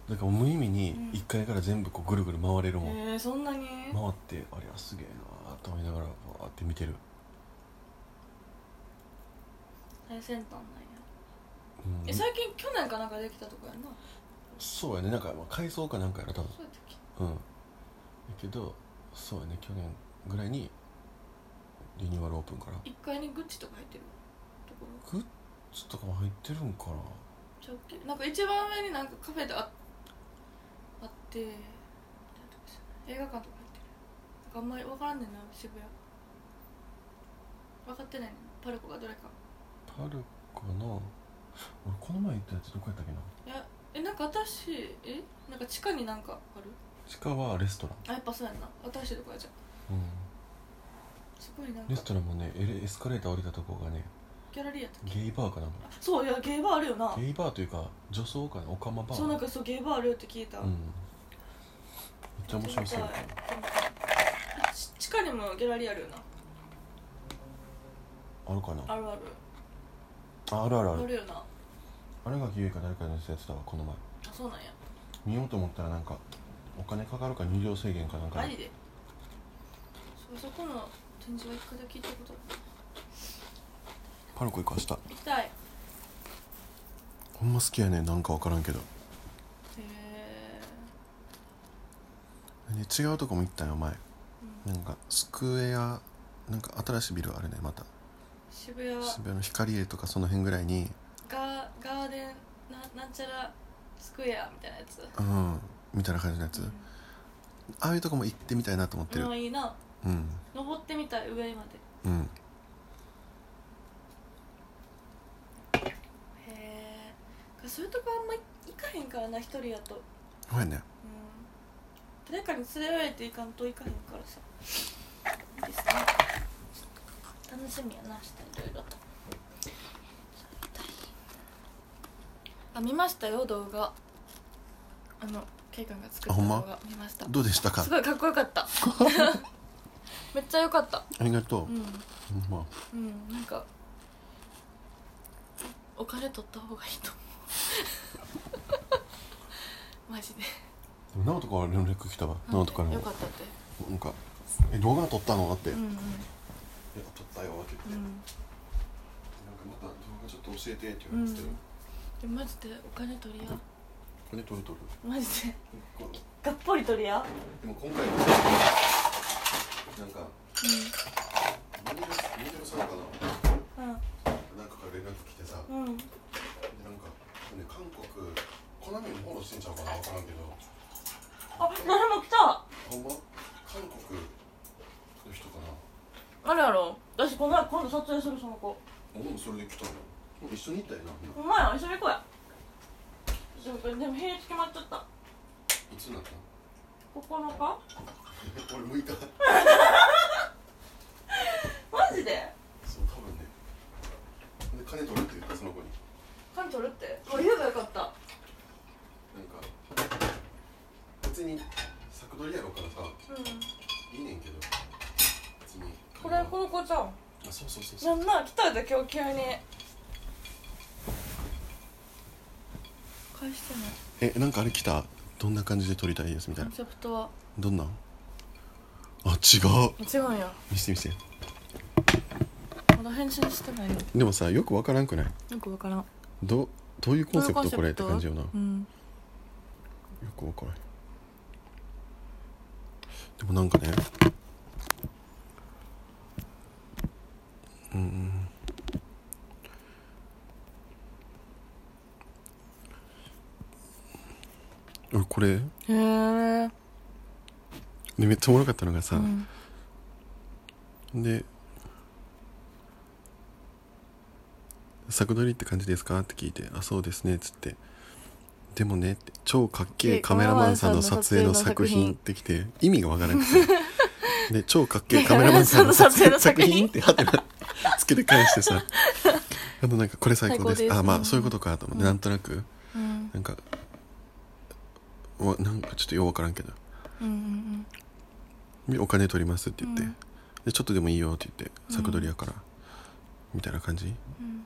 Speaker 2: だから無意味に1階から全部こうぐるぐる回れる
Speaker 1: あ
Speaker 2: もん、
Speaker 1: へえそんなに
Speaker 2: 回ってあれはすげえなーと思いながらわーって見てる、
Speaker 1: 最先端なんや
Speaker 2: うん
Speaker 1: え最近去年かなんかできたとこやんな
Speaker 2: そうやねなんかまあ改装かなんかやろ多分
Speaker 1: そうやったっけ
Speaker 2: うんだけどそうやね去年ぐらいにリニューアルオープンから
Speaker 1: 1階にグッチとか入ってるところ
Speaker 2: グッズとかも入ってるんかな
Speaker 1: ちゃうっけなんか一番上になんかカフェでああってなんとかした映画館とか入ってるなんかあんまり分からんねんな渋谷分かってないねんパルコがどれか
Speaker 2: パルコの俺この前行ったやつどこやったっけない
Speaker 1: やえなんか私えなんか地下になんかある
Speaker 2: 地下はレスト
Speaker 1: あ
Speaker 2: ラン、
Speaker 1: やっぱそうやんな私とかじゃん
Speaker 2: うん、
Speaker 1: すごいなんか
Speaker 2: レストランもねエレエスカレーター降りたとこがね
Speaker 1: ギャラリーやったっけ
Speaker 2: ゲイバーかなんか
Speaker 1: あそういやゲーバーあるよな
Speaker 2: ゲイバーというか女装かなオカマバー
Speaker 1: そうなんかそうゲーバーあるよって聞いた、
Speaker 2: うんめっちゃ面白そうやった
Speaker 1: ち地下にもギャラリーあるよな
Speaker 2: あるかな
Speaker 1: あるある
Speaker 2: ああるあるあ
Speaker 1: あ
Speaker 2: る
Speaker 1: るよなあ
Speaker 2: 新垣結衣か誰かのやつだわこの前
Speaker 1: そうなんや
Speaker 2: 見ようと思ったらなんかお金かかるか入場制限かなんか
Speaker 1: マジでそうそこの展示は一回だけ聞いたことある
Speaker 2: パルコ行く明日
Speaker 1: 行きたいへ
Speaker 2: ほんま好きやねんなんか分からんけど
Speaker 1: え
Speaker 2: で違うとこも行ったんよ前なんかスクエアなんか新しいビルあるねまた
Speaker 1: 渋谷
Speaker 2: 渋谷の光栄とかその辺ぐらいに
Speaker 1: ガーガーデンななんちゃらスクエアみたいなやつ
Speaker 2: うんみたいな感じのやつああいうとこも行ってみたいなと思ってる
Speaker 1: うんいいな
Speaker 2: うん
Speaker 1: 登ってみたい上まで
Speaker 2: うん
Speaker 1: へえそういうとこあんま行かへんからな一人やとうん
Speaker 2: ほやね
Speaker 1: 誰かに連れられて行かんと行かへんからさいいですね楽しみやな明日いろいろとあ見ましたよ動画あのケイ君が作った
Speaker 2: あほんま
Speaker 1: 動画見ました
Speaker 2: どうでしたか
Speaker 1: すごいかっこよかった めっちゃよかった
Speaker 2: ありが
Speaker 1: う
Speaker 2: とう
Speaker 1: ん、
Speaker 2: ほんま
Speaker 1: うん、なんかお金取った方がいいと思う マジで
Speaker 2: でも直人から連絡来たわ直人から
Speaker 1: よ
Speaker 2: も
Speaker 1: かったって
Speaker 2: なんか「え動画撮ったの?」って「
Speaker 1: う
Speaker 2: い
Speaker 1: ん
Speaker 2: や
Speaker 1: うん
Speaker 2: 撮ったよ」って言っ
Speaker 1: う
Speaker 2: てなんか
Speaker 1: ん
Speaker 2: また動画ちょっと教えて」って言われて
Speaker 1: うんでマジでお金取りや
Speaker 2: これ撮る撮る
Speaker 1: マジで
Speaker 2: こう
Speaker 1: がっぽり取りや
Speaker 2: でも今回はなんかミニルミニルさんかな
Speaker 1: う
Speaker 2: なんかから連絡来てさで
Speaker 1: んうんうん
Speaker 2: なんか、ね、韓国コナミにフォローしてんちゃうかな分からんけど
Speaker 1: あ誰も来た
Speaker 2: ほんま韓国の人かな
Speaker 1: あるやろ私この今度撮影するその子
Speaker 2: 俺もそれで来たの一緒に行ったよなほんな
Speaker 1: お前は一緒に行こうやそうかでも平日決まっちゃった
Speaker 2: いつになったの
Speaker 1: 9日
Speaker 2: 俺向いた
Speaker 1: マジで
Speaker 2: そう多分ねで金取るって言ったその子に
Speaker 1: 缶取るってあ言えばよかった
Speaker 2: なんか別に作取りやろうからさ
Speaker 1: うん
Speaker 2: いいねんけど別に
Speaker 1: これこの子じゃん
Speaker 2: あそうそうそうそう
Speaker 1: やんな来たで今日急に返してね
Speaker 2: えなんかあれ来たどんな感じで撮りたいですみたい
Speaker 1: コン
Speaker 2: な
Speaker 1: セプトは
Speaker 2: どんなんあ違う
Speaker 1: 違うんや
Speaker 2: 見せて見せて
Speaker 1: まだ返信してないの
Speaker 2: でもさよくわからんくない
Speaker 1: よくわからん
Speaker 2: どどういうコンセプトこれって
Speaker 1: どういうコ
Speaker 2: 感
Speaker 1: ン
Speaker 2: じ
Speaker 1: セプ
Speaker 2: よなよ
Speaker 1: トうん
Speaker 2: くわからんでもなんかねうんうん俺これ
Speaker 1: へえ
Speaker 2: でめっちゃおもろかったのがさ、
Speaker 1: うん
Speaker 2: で「作取りって感じですか?」って聞いて「あそうですね」っつって「でもねって」超かっけえカメラマンさんの撮影の作品」ってきて意味がわからなく てで「超かっけえカメラマンさんの撮影の作品」ってハテナつけて返してさあとなんか「これ最高で
Speaker 1: 最
Speaker 2: す」
Speaker 1: 高です
Speaker 2: あま
Speaker 1: う
Speaker 2: あ
Speaker 1: ん
Speaker 2: そういうことかと思って、
Speaker 1: うん
Speaker 2: なんとなく
Speaker 1: うん
Speaker 2: なんかわなんかちょっとようわからんけど
Speaker 1: うんうん
Speaker 2: でお金取りますって言って、
Speaker 1: うん
Speaker 2: でちょっとでもいいよって言って
Speaker 1: うん
Speaker 2: 作取りやから、みたいな感じ
Speaker 1: うん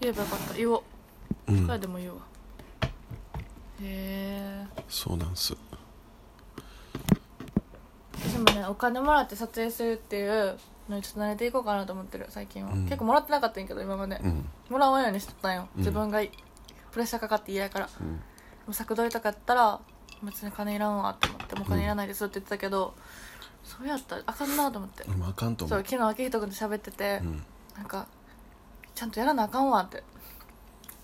Speaker 1: 言えばよかった言おう
Speaker 2: う
Speaker 1: これ
Speaker 2: ん
Speaker 1: でも言うわへえ
Speaker 2: そうなんす
Speaker 1: 私もねお金もらって撮影するっていうのにちょっと慣れていこうかなと思ってる最近は、
Speaker 2: うん
Speaker 1: 結構もらってなかったんやけど今まで
Speaker 2: うん、
Speaker 1: もらわんようにしとったんよ、
Speaker 2: うん
Speaker 1: 自分がいプレッシャーかかって嫌やからも
Speaker 2: うん、
Speaker 1: う作撮りとかやったら別に金いらんわって思ってもう金いらないですって言ってたけど、そうやったらあかんなと思って、
Speaker 2: 俺もあかんと思
Speaker 1: そう
Speaker 2: う
Speaker 1: 昨日明人君と喋ってて、
Speaker 2: うん、
Speaker 1: なんかちゃんとやらなあかんわって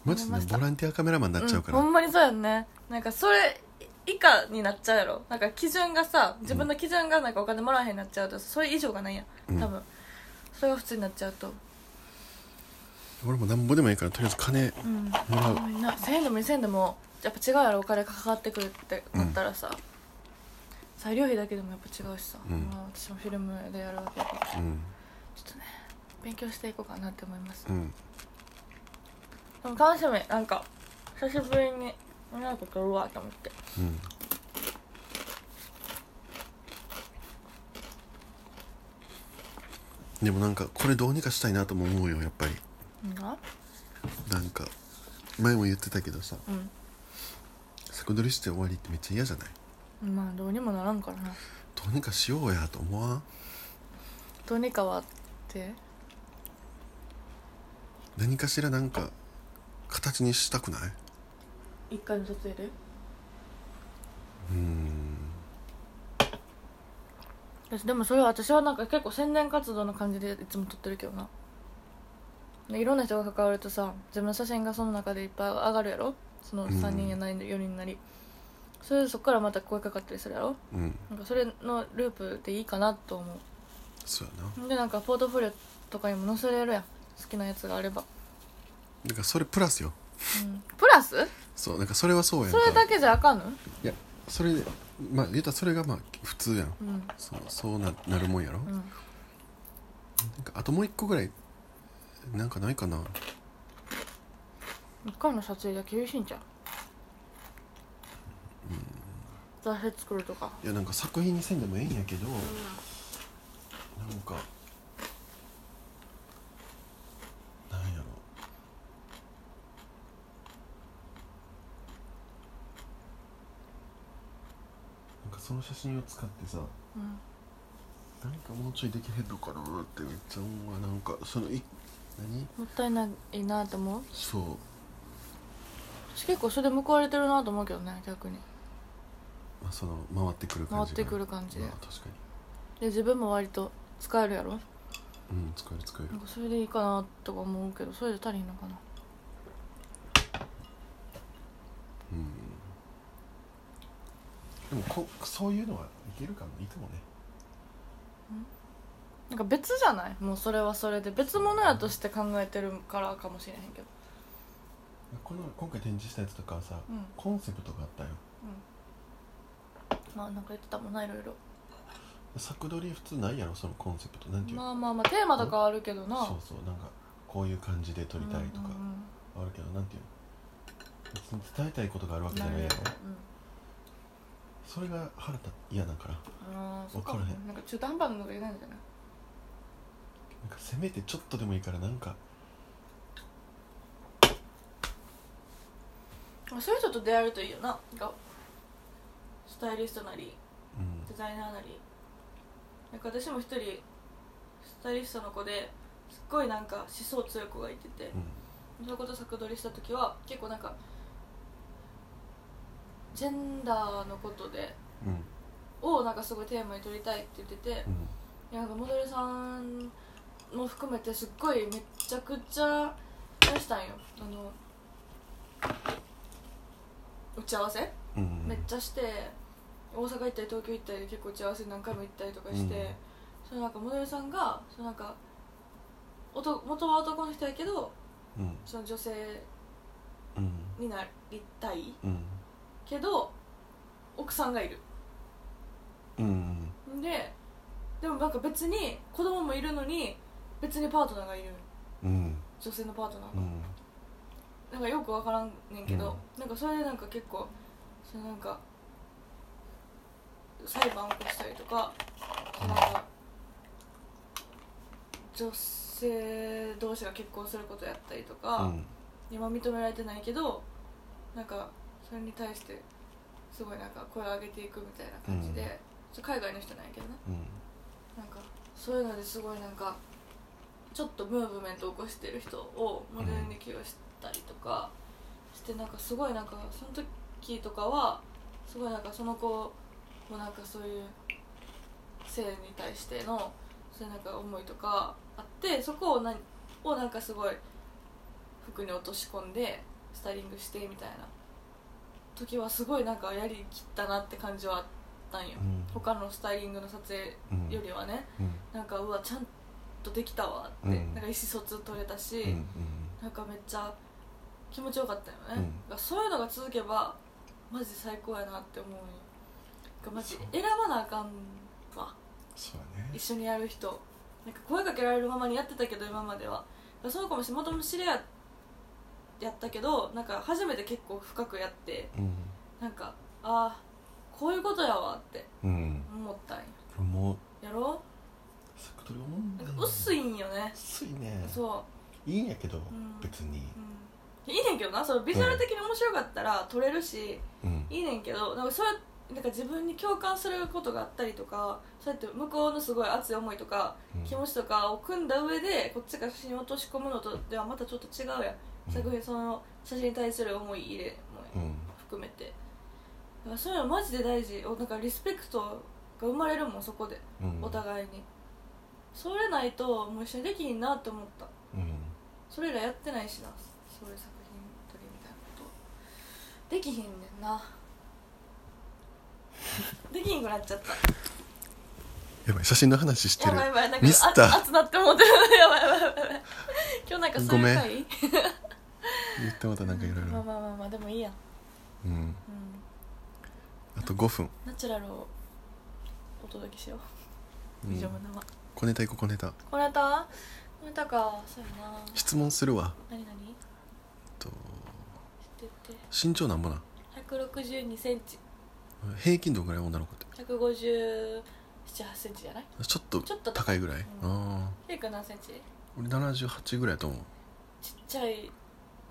Speaker 2: マジ
Speaker 1: 思い
Speaker 2: で
Speaker 1: ま
Speaker 2: ね
Speaker 1: した
Speaker 2: ボランティアカメラマンになっちゃうから、
Speaker 1: ん、ほんまにそうやんねなんかそれ以下になっちゃうやろなんか基準がさ自分の基準がなんかお金もらえへんなっちゃうとそれ以上がないや
Speaker 2: うん
Speaker 1: ん多分、それが普通になっちゃうと
Speaker 2: 俺もなんぼでもいいからとりあえず金
Speaker 1: うん
Speaker 2: もらう
Speaker 1: みんな1000円でも2000円でもやっぱ違うやろお金がかかってくるってなったらさ、材料費だけでもやっぱ違うしさ、
Speaker 2: うん
Speaker 1: まあ私もフィルムでやるわけやから
Speaker 2: うん
Speaker 1: ちょっとね勉強していこうかなって思います、
Speaker 2: うん
Speaker 1: でも楽しみなんか久しぶりに女の子とやるわと思って
Speaker 2: うんでもなんかこれどうにかしたいなとも思うよやっぱり
Speaker 1: うんな
Speaker 2: なんか前も言ってたけどさ
Speaker 1: うん
Speaker 2: 作取りして終わりってめっちゃ嫌じゃない
Speaker 1: まあどうにもならんからな
Speaker 2: どうにかしようやと思わん
Speaker 1: どうにかはって
Speaker 2: 何かしらなんか形にしたくない
Speaker 1: 一回の撮影で
Speaker 2: うん
Speaker 1: でもそれは私はなんか結構宣伝活動の感じでいつも撮ってるけどなでいろんな人が関わるとさ自分の写真がその中でいっぱい上がるやろその
Speaker 2: うん
Speaker 1: 3人やなり4人なり、それでそっからまた声かかったりするやろ
Speaker 2: うん
Speaker 1: なんかそれのループでいいかなと思
Speaker 2: そうやな
Speaker 1: うでなんかポートフォリオとかにも載せれるやん好きなやつがあれば、
Speaker 2: だからそれプラスよ
Speaker 1: うん、プラス
Speaker 2: そうなんかそれはそうやん
Speaker 1: そ
Speaker 2: か
Speaker 1: れだけじゃあかんの
Speaker 2: いやそれまあ言うたらそれがまあ普通やん
Speaker 1: うん
Speaker 2: そうそうななるもんやろ、
Speaker 1: う
Speaker 2: なん
Speaker 1: ん
Speaker 2: かあともう一個ぐらいなんかないかな
Speaker 1: 一回の撮影じゃ厳しいんじゃん座布作るとか
Speaker 2: いやなんか作品にせんでもええんやけど、なんかなんやろなんかその写真を使ってさ
Speaker 1: うん
Speaker 2: 何かもうちょいできへんのかなってめっちゃ思うわなんかそのい何
Speaker 1: もったいないなと思う
Speaker 2: そう
Speaker 1: 私結構それで報われてるなと思うけどね逆に
Speaker 2: まあその回ってくる
Speaker 1: 回
Speaker 2: 感
Speaker 1: っ
Speaker 2: じ
Speaker 1: てくる
Speaker 2: 感
Speaker 1: 感じで
Speaker 2: まあ、確か
Speaker 1: で自分も割と使えるやろ
Speaker 2: にうん使える使える
Speaker 1: なんかそれでいいかなとか思うけどそれで足りんのかな
Speaker 2: うんでもこそういうのはいけるかもいいかもね
Speaker 1: なんか別じゃないもうそれはそれで別物やとして考えてるからかもしれへんけど
Speaker 2: この今回展示したやつとかはさ、
Speaker 1: うん
Speaker 2: コンセプトがあったよ
Speaker 1: まあなんか言ってたもんないろいろ
Speaker 2: 作撮り普通ないやろそのコンセプトなんていうの、
Speaker 1: まあまあまあテーマとかはあるけどな
Speaker 2: そうそうなんかこういう感じで撮りたいと
Speaker 1: うんうんう
Speaker 2: か
Speaker 1: ん
Speaker 2: あるけど、なんていうの別に伝えたいことがあるわけじゃないやろそれが腹立っ嫌だから
Speaker 1: うんあーそうか
Speaker 2: わ
Speaker 1: も
Speaker 2: から
Speaker 1: ね
Speaker 2: へん
Speaker 1: なんか中途半端なのがいないんじゃない
Speaker 2: なんかせめてちょっとでもいいからなんか
Speaker 1: まあそういう人と出会えるといいよななんかスタイリストなり
Speaker 2: うん
Speaker 1: デザイナーなりなんか私も一人スタイリストの子ですっごいなんか思想強い子がいてて
Speaker 2: うん
Speaker 1: その子と作撮りした時は結構なんかジェンダーのことで
Speaker 2: うん
Speaker 1: をなんかすごいテーマに撮りたいって言ってて、
Speaker 2: うん
Speaker 1: いやなんかモデルさんも含めてすっごいめっちゃくちゃ出したんよあの打ち合わせ
Speaker 2: うんうん
Speaker 1: めっちゃして大阪行ったり東京行ったりで結構打ち合わせ何回も行ったりとかして、
Speaker 2: うん
Speaker 1: そのなんかモデルさんがそのなんか男元は男の人やけど
Speaker 2: うん
Speaker 1: その女性
Speaker 2: うん
Speaker 1: になりたい
Speaker 2: うん
Speaker 1: けど奥さんがいる
Speaker 2: うん
Speaker 1: んででもなんか別に子供もいるのに別にパートナーがいる
Speaker 2: うん
Speaker 1: 女性のパートナーが
Speaker 2: う。ん
Speaker 1: なんかよく分からんねんけど、なんかそれでなんか結構そのなんか裁判起こしたりとかそのなんか女性同士が結婚することやったりと
Speaker 2: う
Speaker 1: か、
Speaker 2: ん
Speaker 1: 今認められてないけどなんかそれに対してすごいなんか声を上げていくみたいな感じで、
Speaker 2: うん
Speaker 1: ちょ海外の人なんやけどね
Speaker 2: うん
Speaker 1: なんかそういうのですごいなんかちょっとムーブメントを起こしてる人をモデルに起用したりとかしてなんかすごいなんかその時とかはすごいなんかその子もなんかそういう性に対してのそういうなんか思いとかあってそこをなをなんかすごい服に落とし込んでスタイリングしてみたいな時はすごいなんかやりきったなって感じはあったんよ、
Speaker 2: うん
Speaker 1: 他のスタイリングの撮影
Speaker 2: うん
Speaker 1: よりはね
Speaker 2: うん
Speaker 1: なんかうわちゃんとできたわって、
Speaker 2: うん
Speaker 1: なんか意思疎通取れたし、
Speaker 2: うんうん
Speaker 1: なんかめっちゃ気持ちよかったよね
Speaker 2: うん、
Speaker 1: だからそういうのが続けばマジ最高やなって思うよなんかマジ
Speaker 2: そう
Speaker 1: 選ばなあかんわ
Speaker 2: そうだね
Speaker 1: 一緒にやる人なんか声かけられるままにやってたけど今まではだからその子もしもとも知り合いやったけどなんか初めて結構深くやって
Speaker 2: う
Speaker 1: なんかああこういうことやわって
Speaker 2: んうん
Speaker 1: 思ったんや
Speaker 2: もう
Speaker 1: やろ
Speaker 2: 作取り思うん
Speaker 1: う
Speaker 2: だ
Speaker 1: な
Speaker 2: よ
Speaker 1: ん
Speaker 2: ね
Speaker 1: か薄いんよね
Speaker 2: 薄いね
Speaker 1: そう
Speaker 2: いいんやけど、
Speaker 1: ん
Speaker 2: 別に
Speaker 1: うんいいねんけどなそのビジュアル的に面白かったら撮れるし、
Speaker 2: うん
Speaker 1: いいねんけどなんかそれなんか自分に共感することがあったりとかそうやって向こうのすごい熱い思いとか
Speaker 2: うん
Speaker 1: 気持ちとかを組んだ上でこっちが写真を落とし込むのとではまたちょっと違うやん、
Speaker 2: うん
Speaker 1: 作品その写真に対する思い入れ
Speaker 2: う
Speaker 1: も
Speaker 2: ん
Speaker 1: 含めて、だからそういうのマジで大事おなんかリスペクトが生まれるもんそこで
Speaker 2: うん
Speaker 1: お互いに、それないともう一緒にできんなって思った
Speaker 2: うん
Speaker 1: それらやってないしなそういう作品撮りみたいなことできひんねん なできひんくなっちゃった
Speaker 2: やばい写真の話して
Speaker 1: や
Speaker 2: る
Speaker 1: ばいやばいなんか
Speaker 2: ミスった
Speaker 1: あ熱なって思ってる やばいやばいやばいやばい今日なんかそういう回
Speaker 2: 言ってまたなんかいろい
Speaker 1: まあ
Speaker 2: ろ
Speaker 1: まあまあまあでもいいやん、
Speaker 2: うん
Speaker 1: うん、
Speaker 2: あと5分、
Speaker 1: ナチュラルをお届けしよ
Speaker 2: う
Speaker 1: う、
Speaker 2: ん
Speaker 1: 以上のは
Speaker 2: 小ネタいこう小ネタ
Speaker 1: これたこれたかそうやな
Speaker 2: 質問するわ
Speaker 1: 何何
Speaker 2: えっと
Speaker 1: 知ってて
Speaker 2: 身長なんぼなん
Speaker 1: 1 6 2センチ
Speaker 2: 平均度ぐらい女の子って
Speaker 1: 1 5 7 8センチじゃない
Speaker 2: ちょっと
Speaker 1: ちょっと
Speaker 2: 高いぐらい、
Speaker 1: うん
Speaker 2: ああ
Speaker 1: ケイ君何センチ
Speaker 2: 俺78ぐらいだと思う
Speaker 1: ちっちゃい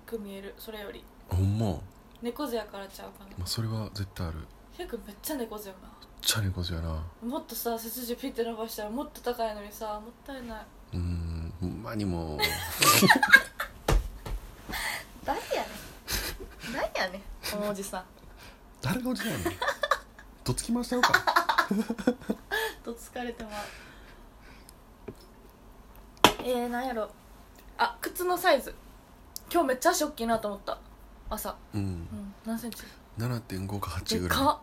Speaker 1: く見えるそれより
Speaker 2: ほんま、ま
Speaker 1: 猫背やからちゃうかな
Speaker 2: あ、それは絶対ある
Speaker 1: ケイ君めっちゃ猫背よな
Speaker 2: チャレンジやな
Speaker 1: もっとさ背筋ピッて伸ばしたらもっと高いのにさもったいない
Speaker 2: うんほんまにもう
Speaker 1: 誰やねん何やねんこのおじさん
Speaker 2: 誰が落ちないのどつきましたのか
Speaker 1: と疲れてまうえー、何やろあ靴のサイズ今日めっちゃ足大きいなと思った朝
Speaker 2: うん
Speaker 1: うん何センチ
Speaker 2: 7.5か8
Speaker 1: で
Speaker 2: ぐらい
Speaker 1: か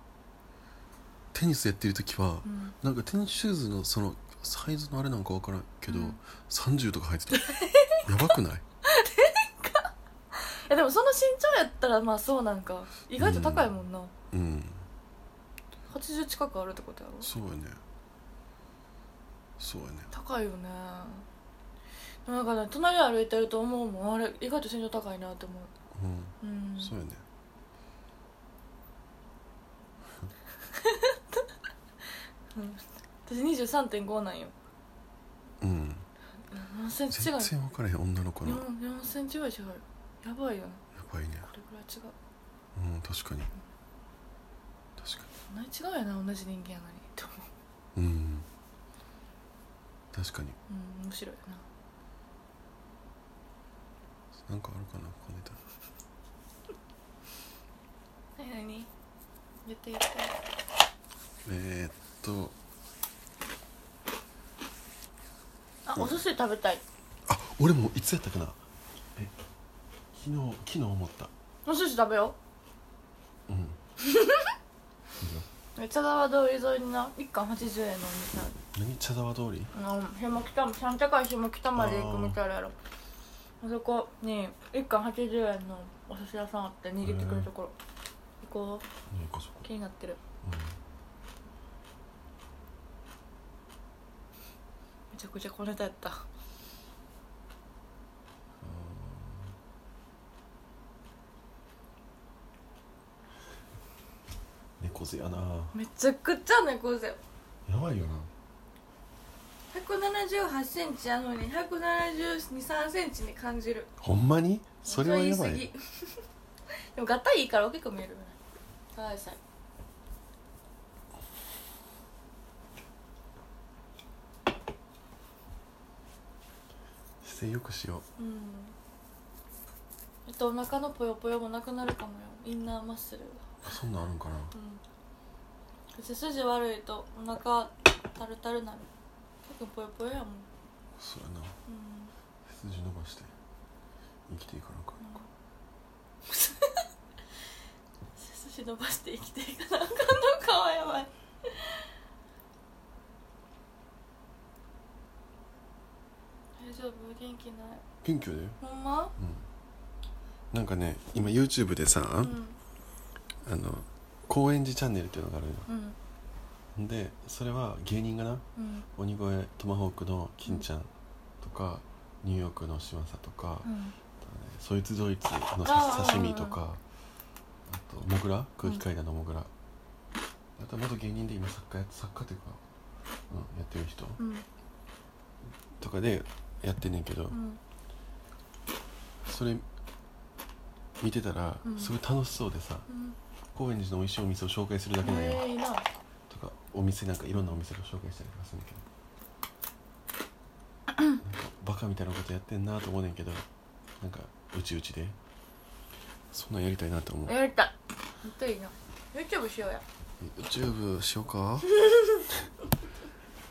Speaker 2: テニスやってる時は
Speaker 1: っ、うん、
Speaker 2: なんかテニスシューズのそのサイズのあれなんか分からんけど、
Speaker 1: うん
Speaker 2: 30とか 入ってたやばくない
Speaker 1: えでもその身長やったらまあそうなんか意外と高いもんな、
Speaker 2: うん
Speaker 1: 80近くあるってことやろ
Speaker 2: そうやねそうやね
Speaker 1: 高いよねでもなんかね隣歩いてると思うもんあれ意外と身長高いなって思
Speaker 2: う
Speaker 1: ううん
Speaker 2: んそうやね
Speaker 1: 私23.5なんよ
Speaker 2: うん
Speaker 1: 何センチ違
Speaker 2: 全
Speaker 1: う
Speaker 2: 然分からへん女の子のや
Speaker 1: 4センチぐらい違うやばいよね
Speaker 2: ばいね
Speaker 1: これぐらい違う
Speaker 2: うん確かに確か
Speaker 1: そんなに違うよな同じ人間やのにって思
Speaker 2: にうん確かに
Speaker 1: ううん面白いよな
Speaker 2: なんかあるかなこのネタ
Speaker 1: 何何言って言って
Speaker 2: えー、っと
Speaker 1: あお寿司食べたい
Speaker 2: あ俺もいつやったかなえ昨日昨日思った
Speaker 1: お寿司食べよ
Speaker 2: うんいいよ
Speaker 1: う茶沢通り沿いにな1貫80円のお店ある
Speaker 2: 何茶沢通り
Speaker 1: あの下北三茶から下北まで行くみたいなやろあそこに1貫80円のお寿司屋さんあって握ってくるところ行こう
Speaker 2: なんかそこ
Speaker 1: 気になってる
Speaker 2: う
Speaker 1: めちゃくちゃ小ネタやった
Speaker 2: ん猫背やな
Speaker 1: めちゃくちゃ猫背
Speaker 2: やばいよな
Speaker 1: 178センチなのに1723センチに感じる
Speaker 2: ほんまにそれはやば
Speaker 1: 言過
Speaker 2: い
Speaker 1: ぎ でもガタイいいから大きく見えるよね高いさ
Speaker 2: 姿勢よくしよ
Speaker 1: うんあとお腹のぽよぽよもなくなるかもよインナーマッスルが
Speaker 2: うそんなんあるんかな
Speaker 1: うん背筋悪いとお腹タルタルなる結構ぽよぽよやもん
Speaker 2: そうやな
Speaker 1: うん
Speaker 2: 背筋伸ばして生きていかなあかん
Speaker 1: うん 背筋伸ばして生きていかなあかんのかはやばい大丈夫元気ない
Speaker 2: 元気よね
Speaker 1: ほんま
Speaker 2: うんなんかね今 YouTube でさ、
Speaker 1: うん
Speaker 2: あの高円寺チャンネルっていうのがあるの
Speaker 1: うん
Speaker 2: よでそれは芸人がな
Speaker 1: うん
Speaker 2: 鬼越トマホークの金ちゃんとかニューヨークの島佐とか、
Speaker 1: うん
Speaker 2: そいつドイツの
Speaker 1: あ
Speaker 2: さ
Speaker 1: ー
Speaker 2: 刺身とかあとモグラ空気階段のモグラ、あと元芸人で今作家や作家っていうか、うん、やってる人
Speaker 1: うん
Speaker 2: とかでやってんねんけど、
Speaker 1: うん
Speaker 2: それ見てたら
Speaker 1: うん
Speaker 2: すごい楽しそうでさ、
Speaker 1: うん
Speaker 2: 高円寺の美味しいお店を紹介するだけなんよ、
Speaker 1: ええいいな
Speaker 2: とかお店なんかいろんなお店を紹介したりとかするんだけどなんかバカみたいなことやってんなと思うねんけどなんかうちうちでそんなんやりたいなと思う
Speaker 1: やりたいほんといいな YouTube しようや
Speaker 2: YouTube しようか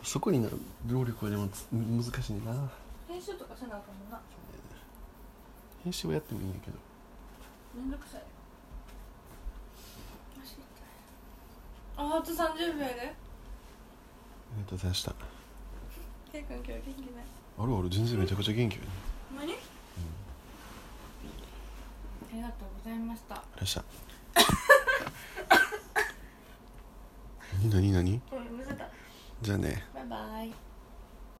Speaker 2: そこにな労力はでもつ難しいねんな
Speaker 1: 編集とかせなあかんもんな
Speaker 2: 編集はやってもいいんやけど
Speaker 1: めんどくさいよ足痛いああと30秒やで
Speaker 2: ありがとうございました
Speaker 1: ケイ君今日元気ない
Speaker 2: あるある全然めちゃくちゃ元気よね
Speaker 1: ほんまに、ありがとうございました
Speaker 2: ありがとうございました何何何
Speaker 1: ごめんむせた
Speaker 2: じゃあね
Speaker 1: バイバイ